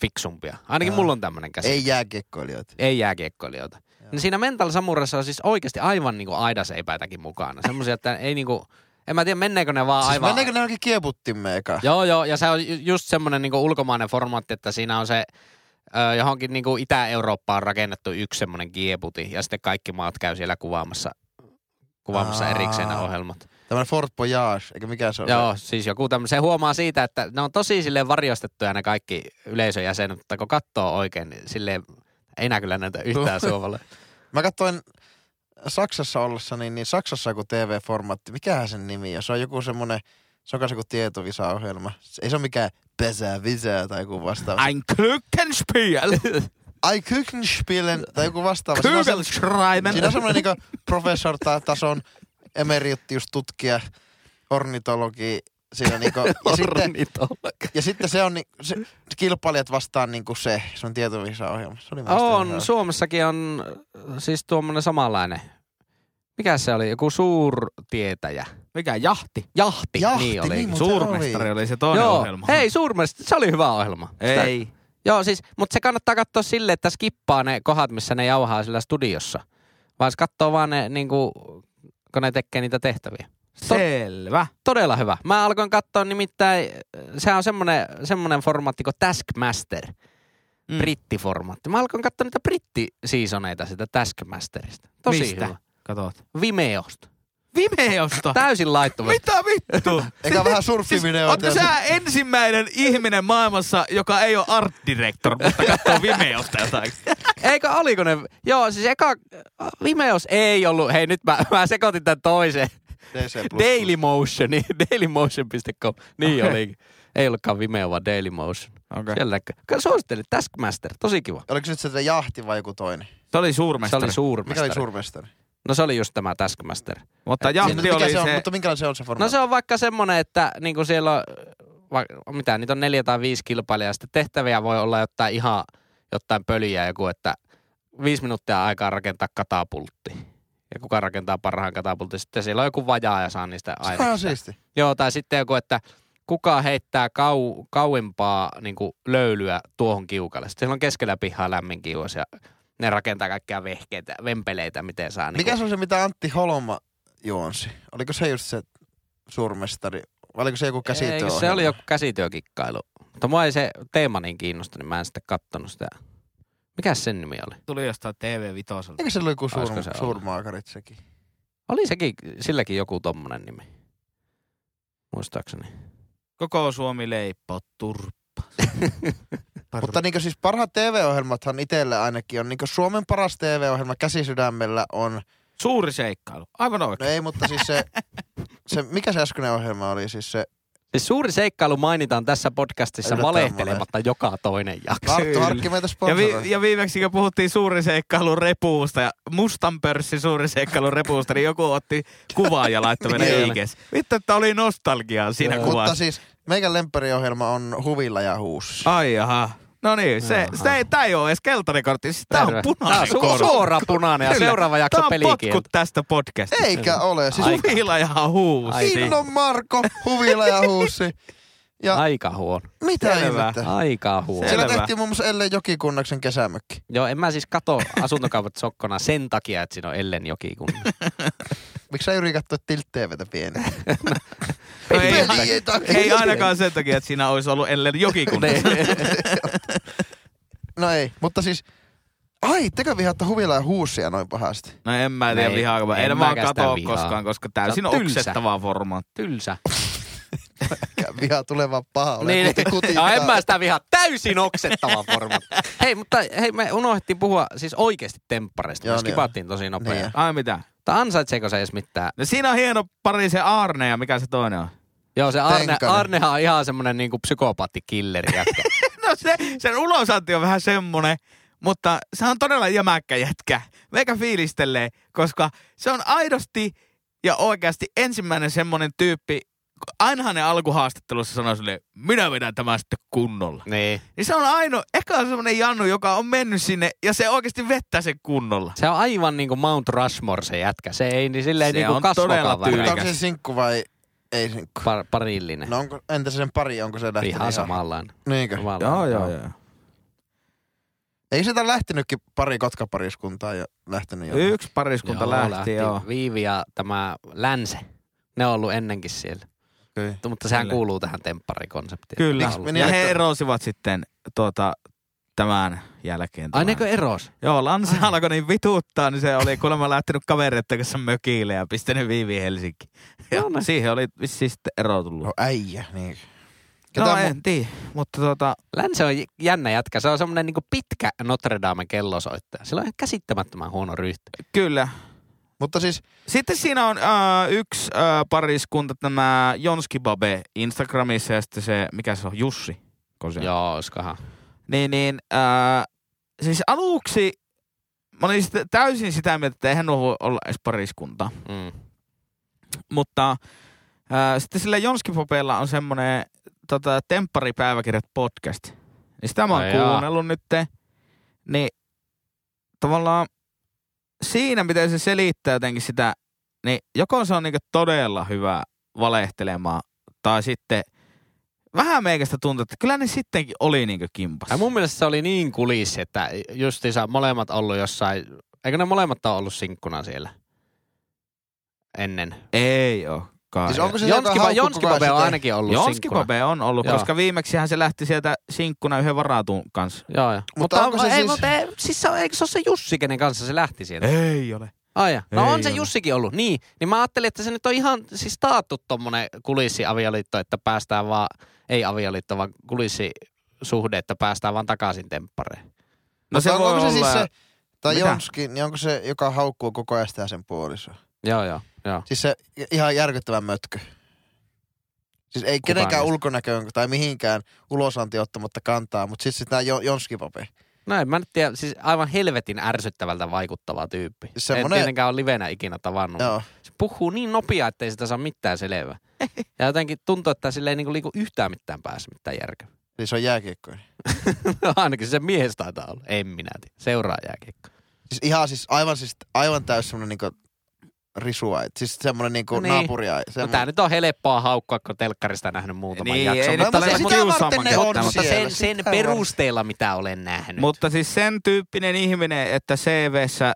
A: fiksumpia. Ainakin
B: Joo.
A: mulla on tämmöinen käsitys.
B: Ei jääkiekkoilijoita. Siis
A: Ei jääkiekkoilijoita.
B: Joo.
A: Niin siinä Mental Samurassa on siis oikeasti aivan niinku aidaseipäitäkin mukana. Semmoisia, että ei niinku, en mä tiedä menneekö ne vaan
B: Siis
A: aivan...
B: mennäänkö ne johonkin kieputtimme eka?
A: Joo, joo, ja se on ju- just semmoinen niinku ulkomainen formaatti, että siinä on se ö, johonkin niinku Itä-Eurooppaan rakennettu yksi semmoinen kieputi, ja sitten kaikki maat käy siellä kuvaamassa, kuvaamassa
B: Aa.
A: erikseen ne ohjelmat.
B: Tämmönen Fort Boyage, eikä mikä se on?
A: Joo, siis joku tämmöinen, se huomaa siitä, että ne on tosi silleen varjostettuja ne kaikki yleisön jäsenet, mutta kun katsoo oikein, niin silleen ei nää kyllä näytä yhtään suomalle.
B: Mä katsoin Saksassa ollessani, niin Saksassa joku TV-formaatti, mikähän sen nimi on? Se on joku semmonen, se on kanssa joku tietovisaohjelma. Se- Ei se ole mikään pesää visää tai joku vastaava.
C: Ein Glückenspiel.
B: Ai Kükenspielen tai joku vastaava. Siinä on se-
C: Kügelschreiben.
B: Siinä on semmoinen niinku professor-tason emeritiustutkija, ornitologi, siinä niinku, ja, sitten,
A: Sitten,
B: ja sitten se on ni, se, kilpailijat vastaan niinku se, se on tietovisaohjelma. Se oli mun mielestä
A: on,
B: ihan hyvä.
A: Suomessakin on äh, siis tuommoinen samanlainen. Mikä se oli? Joku suurtietäjä.
C: Mikä jahti?
A: Jahti,
B: Jahti,
A: niin oli.
B: niin muuten
C: Suurmestari oli se toinen
A: Joo,
C: ohjelma.
A: hei suurmestari, se oli hyvä ohjelma. Sitä-
C: Ei.
A: Joo, siis, mutta se kannattaa katsoa sille, että skippaa ne kohdat, missä ne jauhaa sillä studiossa. Vaan se katsoo vaan ne, niin kuin, kun ne tekee niitä tehtäviä. To-
C: Selvä.
A: Todella hyvä. Mä alkoin katsoa nimittäin, sehän on semmoinen, semmoinen formaatti kuin Taskmaster. Mm.
C: Mm.
A: Brittiformaatti. Mä alkoin katsoa niitä brittisiisoneita sitä Taskmasterista. Tosi
C: Mistä?
A: hyvä.
C: Katot.
A: Vimeosta.
C: Vimeosta.
A: Täysin laittomasti.
C: Mitä vittu? Siis-
B: Eikä vähän surffivideoita.
C: Ootko
B: ja sit-
C: sä ensimmäinen ihminen maailmassa, joka ei ole art director, mutta katsoo Vimeosta jotain?
A: Eikö oliko ne? Joo, siis eka Vimeos ei ollut. Hei, nyt mä, mä sekoitin tämän toiseen.
B: DC++.
A: Dailymotion, niin dailymotion.com. Niin
C: Okei.
A: oli. Ei ollutkaan Vimeo, vaan Dailymotion.
C: Okay.
A: Siellä näkyy. Suosittelin Taskmaster, tosi kiva.
B: Oliko se nyt se jahti vai joku toinen?
C: Se oli
A: Se oli
C: suurmestari.
A: suurmestari.
B: Mikä oli suurmestari?
A: No se oli just tämä Taskmaster.
C: mutta
B: Siis,
C: jahti
B: mikä
C: oli
B: se on,
C: se...
B: Mutta minkälainen se on se formaatti?
A: No se on vaikka semmoinen, että niin kuin siellä on, va, mitä niitä on neljä tai viisi kilpailijaa, sitten tehtäviä voi olla jotain ihan jotain pölyjä, joku, että viisi minuuttia aikaa rakentaa katapultti. Ja kuka rakentaa parhaan katapultin. Sitten siellä on joku vajaa ja saa niistä
B: Sehän on siis
A: aina.
B: siisti.
A: Joo, tai sitten joku, että kuka heittää kau, kauempaa niin kuin löylyä tuohon kiukalle. Sitten siellä on keskellä pihaa lämmin kiuas ja ne rakentaa kaikkia vehkeitä, vempeleitä, miten saa. Niin
B: Mikä se on se, mitä Antti Holma juonsi? Oliko se just se suurmestari? Vai oliko se joku käsityö?
A: Eikö se oli joku käsityökikkailu. Mutta mua ei se teema niin kiinnosta, niin mä en sitten kattonut sitä. Mikäs sen nimi oli?
C: Tuli jostain TV-vitoselta.
B: Eikö se ollut joku
A: Taisiko se
B: suurm-
A: olla?
B: suurmaakarit sekin?
A: Oli sekin, silläkin joku tommonen nimi. Muistaakseni.
C: Koko Suomi leipoo turppa.
B: Mutta niin siis parhaat TV-ohjelmathan itselle ainakin on. Niin Suomen paras TV-ohjelma käsisydämellä on,
C: Suuri seikkailu. Aivan
B: no
C: oikein.
B: ei mutta siis se, se mikä se äskeinen ohjelma oli siis se
A: Siis suuri seikkailu mainitaan tässä podcastissa
B: Yllättävän
A: valehtelematta joka toinen jakso.
B: Arttu Harkki meitä
C: Ja,
B: sponsoroi.
C: vi- ja viimeksi kun puhuttiin suuri seikkailu repuusta ja mustan pörssi suuri seikkailu repuusta, niin joku otti kuvaa ja laittoi
B: Niin
C: meidän
B: oli.
C: IGs. Vittu, että oli nostalgiaa siinä
A: Joo.
B: Mutta
C: kuvassa.
B: siis meikän lempäriohjelma on Huvilla ja Huus.
C: Ai jaha. No niin, se,
A: Jaha.
C: se ei, tää ei ole edes keltainen kortti, siis tää on
A: Terve.
C: punainen
A: Tää on su-
C: kortti.
A: suora punainen ja
C: Kyllä.
A: seuraava jakso
C: Tää on
A: pelikieltä.
C: potkut tästä podcastista.
B: Eikä ole. Siis
A: Ai-
C: Huvila ja huusi.
A: Ai niin.
B: Innon Marko, Huvila ja Huussi. Ja
A: Aika huono.
B: mitä
C: selvä.
B: ihmettä?
A: Aika huono.
C: Se-
B: Siellä
C: Selvä.
B: tehtiin muun muassa Elle Jokikunnaksen kesämökki.
A: Joo, en mä siis kato asuntokaupat sokkona sen takia, että siinä on Ellen joki. Kun...
B: Miksi sä Jyri katsoa Tilt TVtä pieni?
C: No ei,
B: Pelien takia.
C: ei ainakaan sen takia, että siinä olisi ollut ellen
A: Niin.
C: jokikunnassa.
B: No ei, mutta siis... Ai, tekö vihaatte Huvila ja Huussia noin pahasti?
C: No en mä
A: Ei,
C: tiedä vihaako mä.
A: Niin. en
C: En vaan
A: mäkään sitä
C: katoo
A: vihaa.
C: koskaan, koska täysin
A: Se on tylsä.
C: oksettavaa formaatti.
A: Tylsä.
B: Mikä Vihaa tuleva paha. Olen
A: Niin,
B: niin, kuti, kuti,
A: no en mä sitä vihaa. Täysin oksettava formaatti. hei, mutta hei, me unohdettiin puhua siis oikeasti temppareista.
B: Joo,
A: me
B: niin
A: skipattiin tosi nopeasti.
B: Niin.
A: Niin.
C: Ai mitä?
A: Mutta ansaitseeko se edes mitään?
C: No siinä on hieno pari se Arne ja mikä se toinen on?
A: Joo, se Arne,
B: Tenkanen.
A: Arnehan on ihan semmonen niinku psykopaattikilleri jätkä.
C: No se, sen ulosanti on vähän semmonen, mutta se on todella jämäkkä jätkä. Meikä fiilistelee, koska se on aidosti ja oikeasti ensimmäinen semmonen tyyppi, ainahan ne alkuhaastattelussa sanoi sille, minä vedän tämän sitten kunnolla.
A: niin.
C: Niin se on ainoa, eka on semmonen Jannu, joka on mennyt sinne ja se oikeasti vettää sen kunnolla.
A: Se on aivan niinku Mount Rushmore se jätkä. Se ei niin silleen
C: Se
A: niinku
C: on todella
A: kasvokaan
B: Mutta
A: värikäs.
B: onko se sinkku vai ei sinkku?
A: Par, parillinen. No,
B: No niin onko, entä sen pari, onko se lähtenyt
A: ihan samanlainen.
B: Niinkö?
A: samanlainen.
B: Eikö sitä lähtenytkin pari kotkapariskuntaa ja lähtenyt jo?
C: Yksi pariskunta
A: Joo,
C: lähti, joo.
A: Viivi ja tämä Länse. Ne on ollut ennenkin siellä.
B: Okay.
A: Mutta sehän
C: Kyllä.
A: kuuluu tähän tempparikonseptiin.
C: Kyllä.
B: Miksi meni
C: Ja he
B: että-
C: erosivat sitten tuota, tämän jälkeen.
A: Ai niin
C: Tämän.
A: nekö eros?
C: Joo, Lansa alkoi niin vituuttaa, niin se oli kuulemma lähtenyt kavereiden kanssa mökille ja pistänyt viivi Helsinki. Ja
A: No niin.
C: siihen oli vissiin sitten ero tullut.
B: No äijä, niin.
C: No,
B: Ketä mu-
C: en tiedä, mutta tuota,
A: Länsi on j- jännä jätkä. Se on semmoinen niinku pitkä Notre Damen kellosoittaja. Sillä on ihan käsittämättömän huono ryhti.
C: kyllä.
B: Mutta siis,
C: Sitten siinä on äh, yksi äh, pariskunta, tämä Jonski Babe Instagramissa ja sitten se, mikä se on, Jussi. kun se-
A: Joo, oiskohan.
C: Niin, niin äh, siis aluksi mä olin sitä, täysin sitä mieltä, että eihän nuo voi olla edes pariskunta.
A: Mm.
C: Mutta Ää, Sitten sillä Jonskipopeilla on semmoinen tota, tempparipäiväkirjat podcast. Niin sitä mä oon
A: Ai jaa.
C: kuunnellut nyt. Niin tavallaan siinä, miten se selittää jotenkin sitä, niin joko se on niinku todella hyvä valehtelemaan, tai sitten vähän meikästä tuntuu, että kyllä ne sittenkin oli niinku kimpassa.
A: Ja mun mielestä se oli niin kulissi, että justiinsa molemmat ollut jossain, eikö ne molemmat ole ollut sinkkuna siellä ennen?
C: Ei oo. kai.
B: Siis onko se se, joka
A: Jonskipa,
B: haukkuu koko
A: Jonskipabe
B: ajan
A: on
B: sitä?
A: ainakin ollut sinkkuna.
C: Jonskipabe on ollut,
A: Joo.
C: koska viimeksihän se lähti sieltä sinkkuna yhden varatun kanssa.
A: Joo, joo.
B: Mutta onko se
A: ei,
B: siis-
A: Mutta ei, siis se, on- eikö se ole se Jussi, kenen kanssa se lähti sieltä?
C: Ei ole.
A: Ai ja. No
C: Ei
A: on se
C: ole.
A: Jussikin ollut, niin. Niin mä ajattelin, että se nyt on ihan siis taattu tommonen kulissiavioliitto, että päästään vaan, ei avioliitto, vaan kulissisuhde, että päästään vaan takaisin temppareen.
C: No se
B: Mutta
C: voi
B: onko
C: olla.
B: se siis se, tai
C: Mitä?
B: Jonski, niin onko se, joka haukkuu koko ajan sitä sen puolisoa?
A: Joo, joo, joo.
B: Siis se i- ihan järkyttävä mötkö. Siis
A: Kukaan
B: ei kenenkään
A: niistä.
B: ulkonäköön tai mihinkään ulosanti ottamatta kantaa, mutta sitten sitä jo, jonskipape.
A: No en mä nyt tiedä, siis aivan helvetin ärsyttävältä vaikuttava tyyppi. En
B: Semmonen-
A: tietenkään ole livenä ikinä tavannut.
B: Joo.
A: Se puhuu niin nopeaa, ettei sitä saa mitään selvää. Ja jotenkin tuntuu, että sille ei niinku liiku yhtään mitään päässä mitään järkeä.
B: Siis se on jääkiekkoinen.
A: Ainakin se mies taitaa olla. En minä tiedä. Seuraa jääkiekko.
B: Siis ihan siis aivan, siis, aivan täys semmonen niinku risua. et Siis semmonen niinku
A: No niin.
B: niin. naapuria.
A: No
B: Semmonen.
A: tää nyt on helppoa haukkua, kun telkkarista nähnyt muutaman
C: Niin,
A: jakson.
C: ei
A: mutta
C: nyt ole
A: sen,
C: sitä
A: mutta-
C: varten ne on
A: mutta
B: siellä,
A: sen, sen
B: sitä
A: perusteella, mitä olen nähnyt.
C: Mutta siis sen tyyppinen ihminen, että CVssä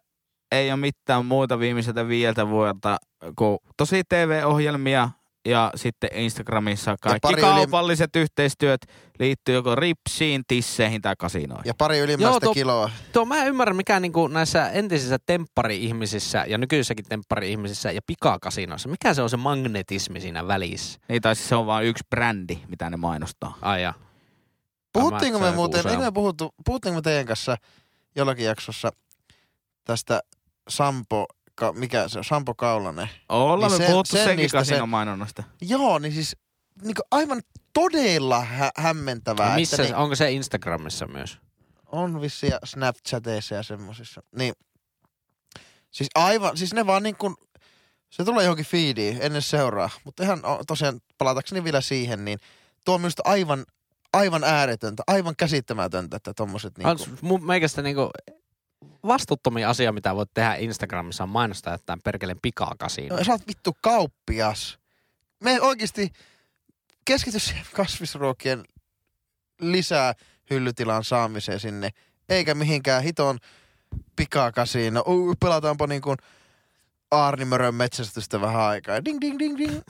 C: ei ole mitään muuta viimeiseltä viieltä vuodelta kuin tosi TV-ohjelmia ja sitten Instagramissa kaikki
B: pari yli-
C: kaupalliset yhteistyöt liittyy joko ripsiin, tisseihin tai kasinoihin.
B: Ja pari ylimmäistä
A: Joo, tuo-
B: kiloa.
A: Tuo mä ymmärrän, mikä niinku näissä entisissä temppari-ihmisissä ja nykyisissäkin temppari-ihmisissä ja pikakasinoissa, mikä se on se magnetismi siinä välissä?
C: Niin, tai siis se on vain yksi brändi, mitä ne
B: Niin
C: mainostaa.
A: Ai ja.
B: Puhuttiinko
A: Tämä-
B: me
A: se on
B: muuten,
A: joku
B: eikö me
A: useampi.
B: puhuttu, puhuttiinko me teidän kanssa jollakin jaksossa tästä Sampo, ka, mikä se on, Sampo Kaulanen?
C: Ollaan
B: Niin
C: niin me
B: se-
C: puhuttu
B: sen
C: senkin
B: niistä se-
C: kasinomainonnasta.
B: Joo, niin siis niin aivan todella hä- hämmentävää.
A: Missä,
B: että,
A: se-
B: niin,
A: onko se Instagramissa myös?
B: on vissiin ja Snapchateissa ja semmosissa. Niin. Siis aivan, siis ne vaan niin kuin, se tulee johonkin feediin ennen seuraa. Mutta ihan o- tosiaan palatakseni vielä siihen, niin tuo on minusta aivan, aivan ääretöntä, aivan käsittämätöntä, että tommoset
A: Niin
B: niinku...
A: mun meikästä niinku vastuuttomia asia, mitä voit tehdä Instagramissa on mainostaa jotain perkeleen pikakasinoa.
B: No, sä oot vittu kauppias. Me oikeasti keskity siihen kasvisruokien lisää hyllytilan saamiseen sinne, eikä mihinkään hiton pikakasiin. Uh, pelataanpa niin kuin Aarnimörön metsästystä vähän aikaa. Ding, ding, ding, ding.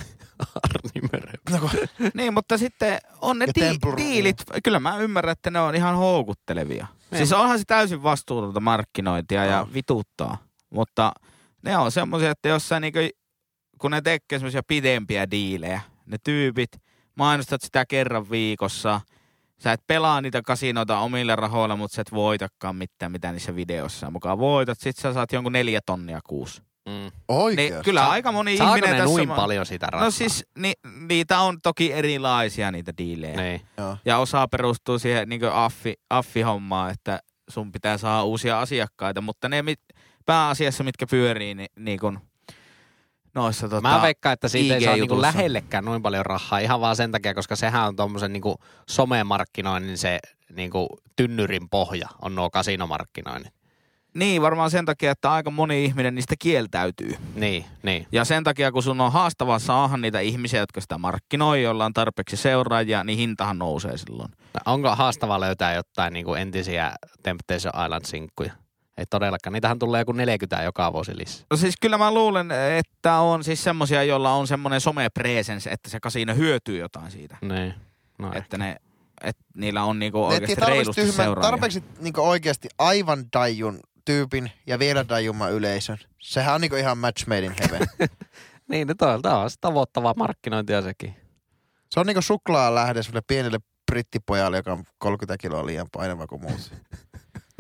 A: Arnimere.
B: No, kun,
C: Niin, mutta sitten on ne
B: Ja
C: di-
B: Tempur-
C: diilit. Kyllä mä ymmärrän, että ne on ihan houkuttelevia.
A: Niin.
C: Siis onhan se täysin vastuutonta markkinointia ja
B: On.
C: vituttaa. Mutta ne on semmoisia, että jos sä niinku, kun ne tekee semmoisia pidempiä diilejä, ne tyypit, mainostat sitä kerran viikossa, sä et pelaa niitä kasinoita omilla rahoilla, mutta sä et voitakaan mitään, mitä niissä videoissa on mukaan voitat. Sitten sä saat jonkun neljä tonnia kuusi.
A: Mm.
B: oikeasti.
C: Niin, kyllä aika moni
A: Saako
C: ihminen
A: ne
C: tässä...
A: noin
C: ma-
A: paljon sitä rahaa?
C: No siis ni, niitä on toki erilaisia niitä diilejä.
A: Niin.
B: Joo.
C: Ja osa perustuu siihen niin affi, affi-hommaan, että sun pitää saada uusia asiakkaita, mutta ne mit, pääasiassa, mitkä pyörii, niin, niin kun, noissa tota,
A: Mä veikkaan, että siitä ei saa niinku
C: IG-jutuissa.
A: lähellekään noin paljon rahaa ihan vaan sen takia, koska sehän on tuommoisen niinku somemarkkinoinnin se niinku tynnyrin pohja on nuo kasinomarkkinoinnit.
C: Niin, varmaan sen takia, että aika moni ihminen niistä kieltäytyy.
A: Niin, niin.
C: Ja sen takia, kun sun on haastavaa saada niitä ihmisiä, jotka sitä markkinoi, jolla on tarpeeksi seuraajia, niin hintahan nousee silloin.
A: Onko haastavaa löytää jotain niinku entisiä Temptation Island-sinkkuja? Ei todellakaan. Niitähän tulee joku 40 joka vuosi lisää.
C: No siis kyllä mä luulen, että on siis semmosia, joilla on semmoinen somepresens, että se kasino hyötyy jotain siitä.
A: Niin. No,
C: Että ne, että niillä on niinku
B: Ne etsii
C: oikeasti
B: tarpeeksi,
C: reilusti
B: tyhmän,
C: seuraajia.
B: tarpeeksi niinku oikeasti aivan dajun tyypin ja vielä dajumman yleisön. Sehän on niinku ihan match made in heaven.
A: niin, no toisaalta on tavoittavaa markkinointia sekin.
B: Se on niinku suklaa lähde sille pienelle brittipojalle, joka on 30 kiloa liian painava kuin muut.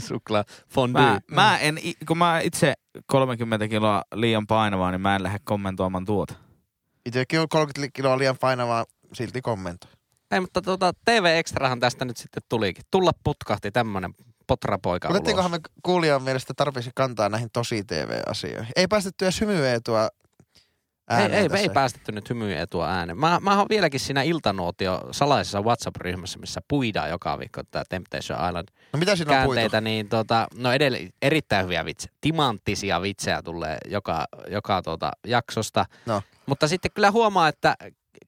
A: Suklaa fondue.
C: Mä, mä en, i- kun mä itse 30 kiloa liian painavaa, niin mä en lähde kommentoimaan tuota.
B: Itsekin on 30 kiloa liian painavaa, silti kommentoi.
A: Ei, mutta tuota, TV Extrahan tästä nyt sitten tulikin. Tulla putkahti tämmönen potrapoika ulos.
B: Otettiinkohan me kuulijan mielestä tarpeeksi kantaa näihin tosi TV-asioihin? Ei päästetty edes hymyieetua
A: Ei,
B: ääneen
A: ei, me
B: tässä.
A: ei päästetty nyt hymyä etua ääneen. Mä, mä oon vieläkin siinä iltanuotio salaisessa WhatsApp-ryhmässä, missä puidaan joka viikko tämä Temptation Island
B: No mitä siinä on puitu?
A: käänteitä, niin tota, no edelle, erittäin hyviä vitsejä. Timanttisia vitsejä tulee joka, joka tota, jaksosta.
B: No.
A: Mutta sitten kyllä huomaa, että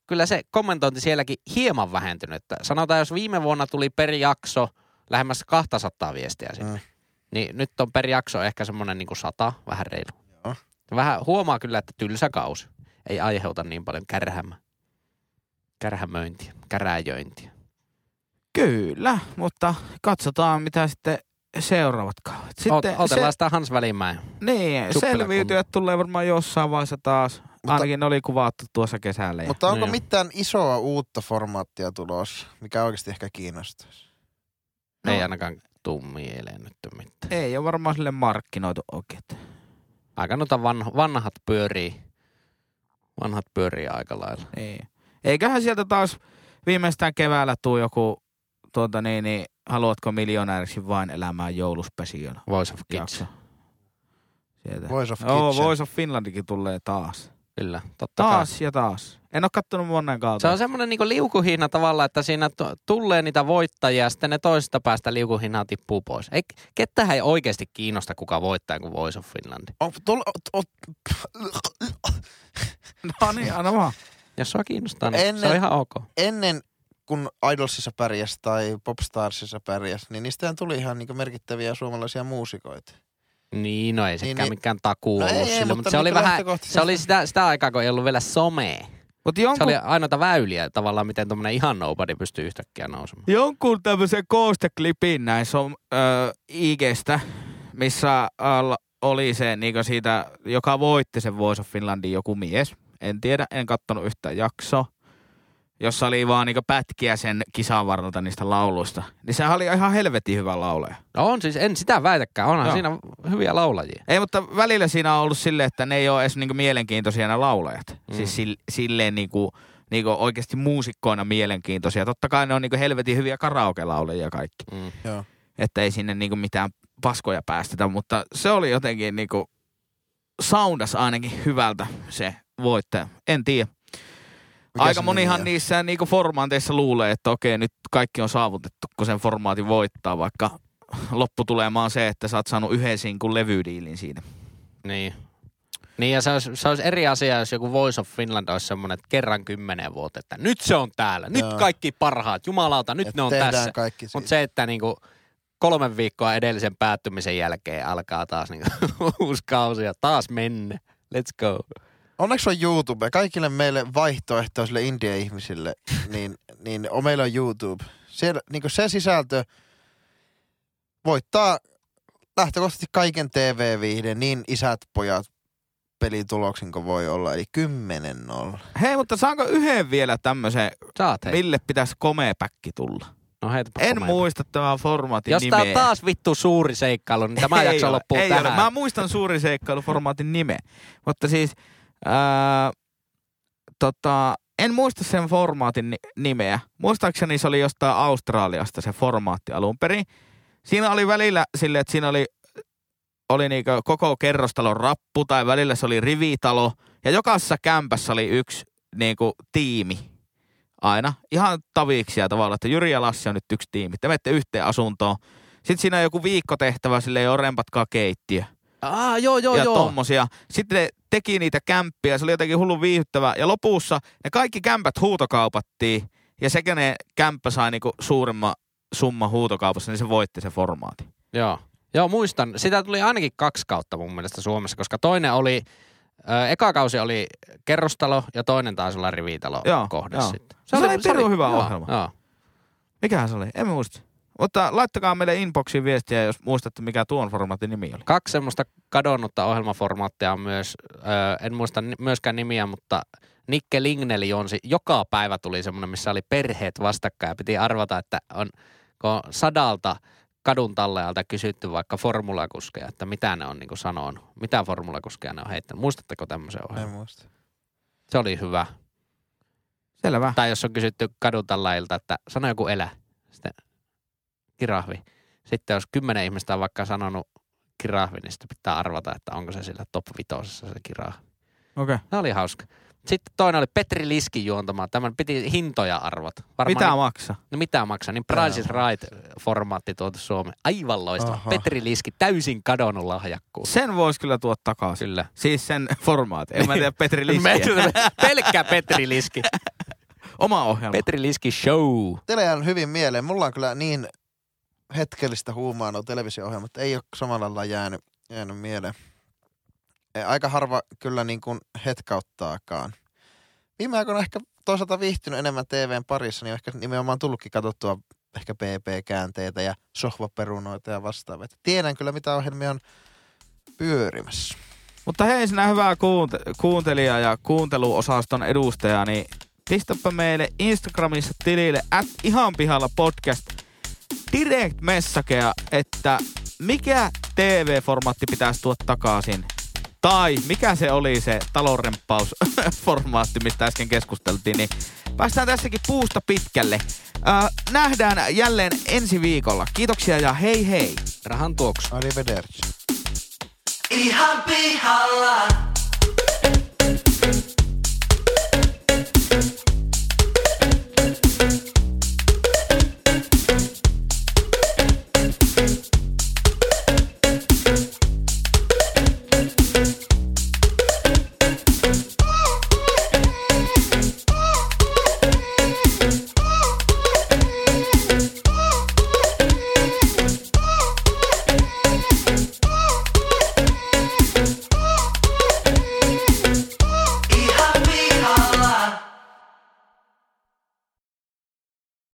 A: kyllä se kommentointi sielläkin hieman vähentynyt. Sanotaan, jos viime vuonna tuli per jakso lähemmäs 200 viestiä sinne,
B: Mm.
A: mm. niin nyt on per jakso ehkä semmoinen niin 100, vähän reilu.
B: Joo.
A: Vähän huomaa kyllä, että tylsä kausi ei aiheuta niin paljon kärhämä. Kärhämöintiä, käräjöintiä.
C: Kyllä, mutta katsotaan mitä sitten seuraavat kaudet. Sitten
A: Ot- otellaan sitä Hans Välimäen.
C: niin,
A: suppeilla
C: selviytyjät tulee varmaan jossain vaiheessa taas.
B: Mutta-
C: Mutta, Ainakin ne oli kuvattu tuossa kesällä. Mutta,
B: Mutta onko
A: Niin.
B: mitään isoa uutta formaattia tulossa, mikä oikeasti ehkä kiinnostaisi?
A: No. Ei
C: No.
A: ainakaan tuu mieleen nyt mitään.
C: ei ole varmaan sille markkinoitu oikein.
A: Aika noita van, vanhat pyörii. Vanhat pyörii aika lailla.
C: Niin. Eiköhän sieltä taas viimeistään keväällä tuu joku, tuota niin, niin haluatko miljonääriksi vain elämään jouluspesiona?
A: Voice of Kids.
C: Jakso. Sieltä.
B: Voice of
C: Joo,
B: Kitchen.
C: Voice of Finlandikin tulee taas.
A: Kyllä, totta kai.
C: Taas ja taas. En ole kattonut monen
A: Se
C: kautta.
A: on semmoinen niinku liukuhihna tavallaan, että siinä tu- tulee niitä voittajia ja sitten ne toisesta päästä liukuhihnaa tippuu pois. Ei, kettähän ei oikeasti kiinnosta, kuka voittaa, kun Voice of Finland.
B: On, tull, on,
C: No niin, anna vaan.
A: Jos sua kiinnostaa, niin se
B: Ennen-
A: on ihan ok.
B: ennen kun Idolsissa pärjäs tai Popstarsissa pärjäs, niin niistähän tuli ihan niinku merkittäviä suomalaisia muusikoita.
A: Niin, no ei sekään
B: niin-
A: mikään takuu
B: No
A: ollut
B: ei, ei,
A: sille,
B: mutta
A: mutta, se oli
B: niinku
A: vähän,
B: lähtökohtaisesti-
A: se oli sitä, sitä aikaa, kun ei ollut vielä somea.
C: Mutta
A: Se
C: jonkun,
A: oli ainoita väyliä tavallaan, miten tuommoinen ihan nobody pystyy yhtäkkiä nousemaan.
C: jonkun tämmöisen koosteklipiin näin som, ö, IGstä, missä al, oli se niin siitä, joka voitti sen Voice of Finlandin joku mies. En tiedä, en kattonut yhtään jaksoa. Jossa oli vaan niin pätkiä sen kisan varrelta niistä lauluista. Niin sehän oli ihan helvetin hyvä laulaja.
A: No on siis, en sitä väitäkään, onhan
C: Joo.
A: siinä hyviä laulajia.
C: Ei, mutta välillä siinä on ollut silleen, että ne ei ole edes niinku mielenkiintoisia nämä laulajat. Mm. Siis sil, silleen niinku, niinku oikeasti muusikkoina mielenkiintoisia. Totta kai ne on niinku helvetin hyviä karaoke-laulajia kaikki.
A: Mm.
B: Joo.
C: Että ei sinne niinku mitään paskoja päästetä, mutta se oli jotenkin niinku soundas ainakin hyvältä se voittaja. En tiedä.
B: Mikä
C: Aika
B: sen
C: monihan
B: nimi on?
C: niissä niinku formaateissa luulee, että okei, nyt kaikki on saavutettu, kun sen formaatin voittaa, vaikka lopputulemaan se, että sä oot saanut yhden sinkun levydiilin siinä.
A: Niin. Niin ja se olisi, se olisi eri asia, jos joku Voice of Finland olisi semmoinen, että kerran kymmenen vuotta, että nyt se on täällä, nyt
B: Joo.
A: kaikki parhaat, jumalauta, nyt
B: Et
A: ne on
B: tehdään
A: tässä.
B: kaikki siitä.
A: Mutta se, että niinku kolmen viikkoa edellisen päättymisen jälkeen alkaa taas niinku uusi kausi ja taas menne. Let's go.
B: Onneksi on YouTube. Kaikille meille vaihtoehtoisille indie-ihmisille, niin, niin on, meillä on YouTube. Siellä, niin se sisältö voittaa lähtökohtaisesti kaiken TV-viihden, niin isät, pojat, pelituloksin kuin voi olla, eli 10-0.
C: Hei, mutta saanko yhden vielä tämmöisen,
A: Saat hei.
C: mille pitäisi komeapäkki tulla?
A: No heitäpä
C: En
A: komea.
C: muista tämän formaatin
A: Jos
C: nimeä.
A: tää on taas vittu suuri seikkailu, niin tämä
C: Ei
A: jakso
C: ole,
A: loppuu
C: ei
A: tähän.
C: Ole. Mä muistan suuri seikkailu formaatin nimeä. Mutta siis, ää, tota, en muista sen formaatin ni- nimeä. Muistaakseni se oli jostain Australiasta se formaatti alun perin. Siinä oli välillä silleen, että siinä oli, oli niinku koko kerrostalon rappu tai välillä se oli rivitalo. Ja jokaisessa kämpässä oli yksi niinku, tiimi aina. Ihan taviksia tavallaan, että Jyri ja Lassi on nyt yksi tiimi. Te menette yhteen asuntoon. Sitten siinä on joku viikkotehtävä, sille ei ole rempatkaa keittiö
A: Aa, joo, joo,
C: ja
A: joo.
C: tommosia. Sitten ne teki niitä kämppiä, se oli jotenkin hullu viihdyttävä. Ja lopussa ne kaikki kämpät huutokaupattiin ja sekä ne kämppä sai niinku suurimman summa huutokaupassa, niin se voitti se formaati.
A: Joo. Joo, muistan. Sitä tuli ainakin kaksi kautta mun mielestä Suomessa, koska toinen oli, ö, eka kausi oli kerrostalo ja toinen taisi olla rivitalo
C: Joo,
A: kohde
C: joo.
A: sitten.
C: Se oli pirun hyvä
A: joo,
C: ohjelma.
A: Joo.
C: Mikähän se oli? En mä muista. Mutta laittakaa meille inboxiin viestiä, jos muistatte, mikä tuon formaatin nimi oli.
A: Kaksi semmoista kadonnutta ohjelmaformaattia on myös, ö, en muista ni- myöskään nimiä, mutta Nikke Ligneli jonsi, joka päivä tuli semmoinen, missä oli perheet vastakkain ja piti arvata, että on, kun on sadalta kadun tallealta kysytty vaikka formulakuskeja, että mitä ne on niin sanonut, mitä formulakuskeja ne on heittänyt. Muistatteko tämmöisen ohjelman?
B: En muista.
A: Se oli hyvä.
C: Selvä.
A: Tai jos on kysytty kadutallailta, että sano joku elä, sitten kirahvi. Sitten jos kymmenen ihmistä on vaikka sanonut kirahvi, niin sitten pitää arvata, että onko se sillä top vitosessa se kirahvi.
C: Okei.
A: Nämä oli hauska. Sitten toinen oli Petri Liskin juontama. Tämän piti hintoja arvot. Varmaan
C: Mitä maksaa?
A: No mitä maksaa, niin Price is Right-formaatti tuotu Suomeen. Aivan loistava.
B: Aha.
A: Petri Liski täysin kadonnut lahjakkuus.
C: Sen voisi kyllä tuoda takaisin.
A: Kyllä.
C: Siis sen formaat. En mä tiedä Petri
A: Me-
C: Liskiä.
A: Pelkkä Petri Liski.
C: Oma ohjelma.
A: Petri Liski show.
B: Teillä jäänyt hyvin mieleen. Mulla on kyllä niin hetkellistä huumaa nuo televisio-ohjelmat. Ei ole samalla lailla jäänyt, jäänyt mieleen. Eh, Aika harva kyllä niin kuin hetkauttaakaan. Viime aikoina ehkä toisaalta viihtynyt enemmän TVn parissa, niin on ehkä nimenomaan tullutkin katsottua ehkä PP-käänteitä ja sohvaperunoita ja vastaavia. Et Tiedän kyllä, mitä ohjelmia on pyörimässä.
C: Mutta hei sinä hyvää kuunte- kuuntelijaa ja kuunteluosaston edustajaa, niin pistäpä meille Instagramissa tilille at ihan pihalla podcast direct messagea, että mikä TV-formaatti pitäisi tuoda takaisin. Tai mikä se oli se talonremppausformaatti, mistä äsken keskusteltiin, niin päästään tässäkin puusta pitkälle. Äh, nähdään jälleen ensi viikolla. Kiitoksia ja hei hei!
A: Rahan tuoksu.
B: Arrivederci.
E: ihan pihalla.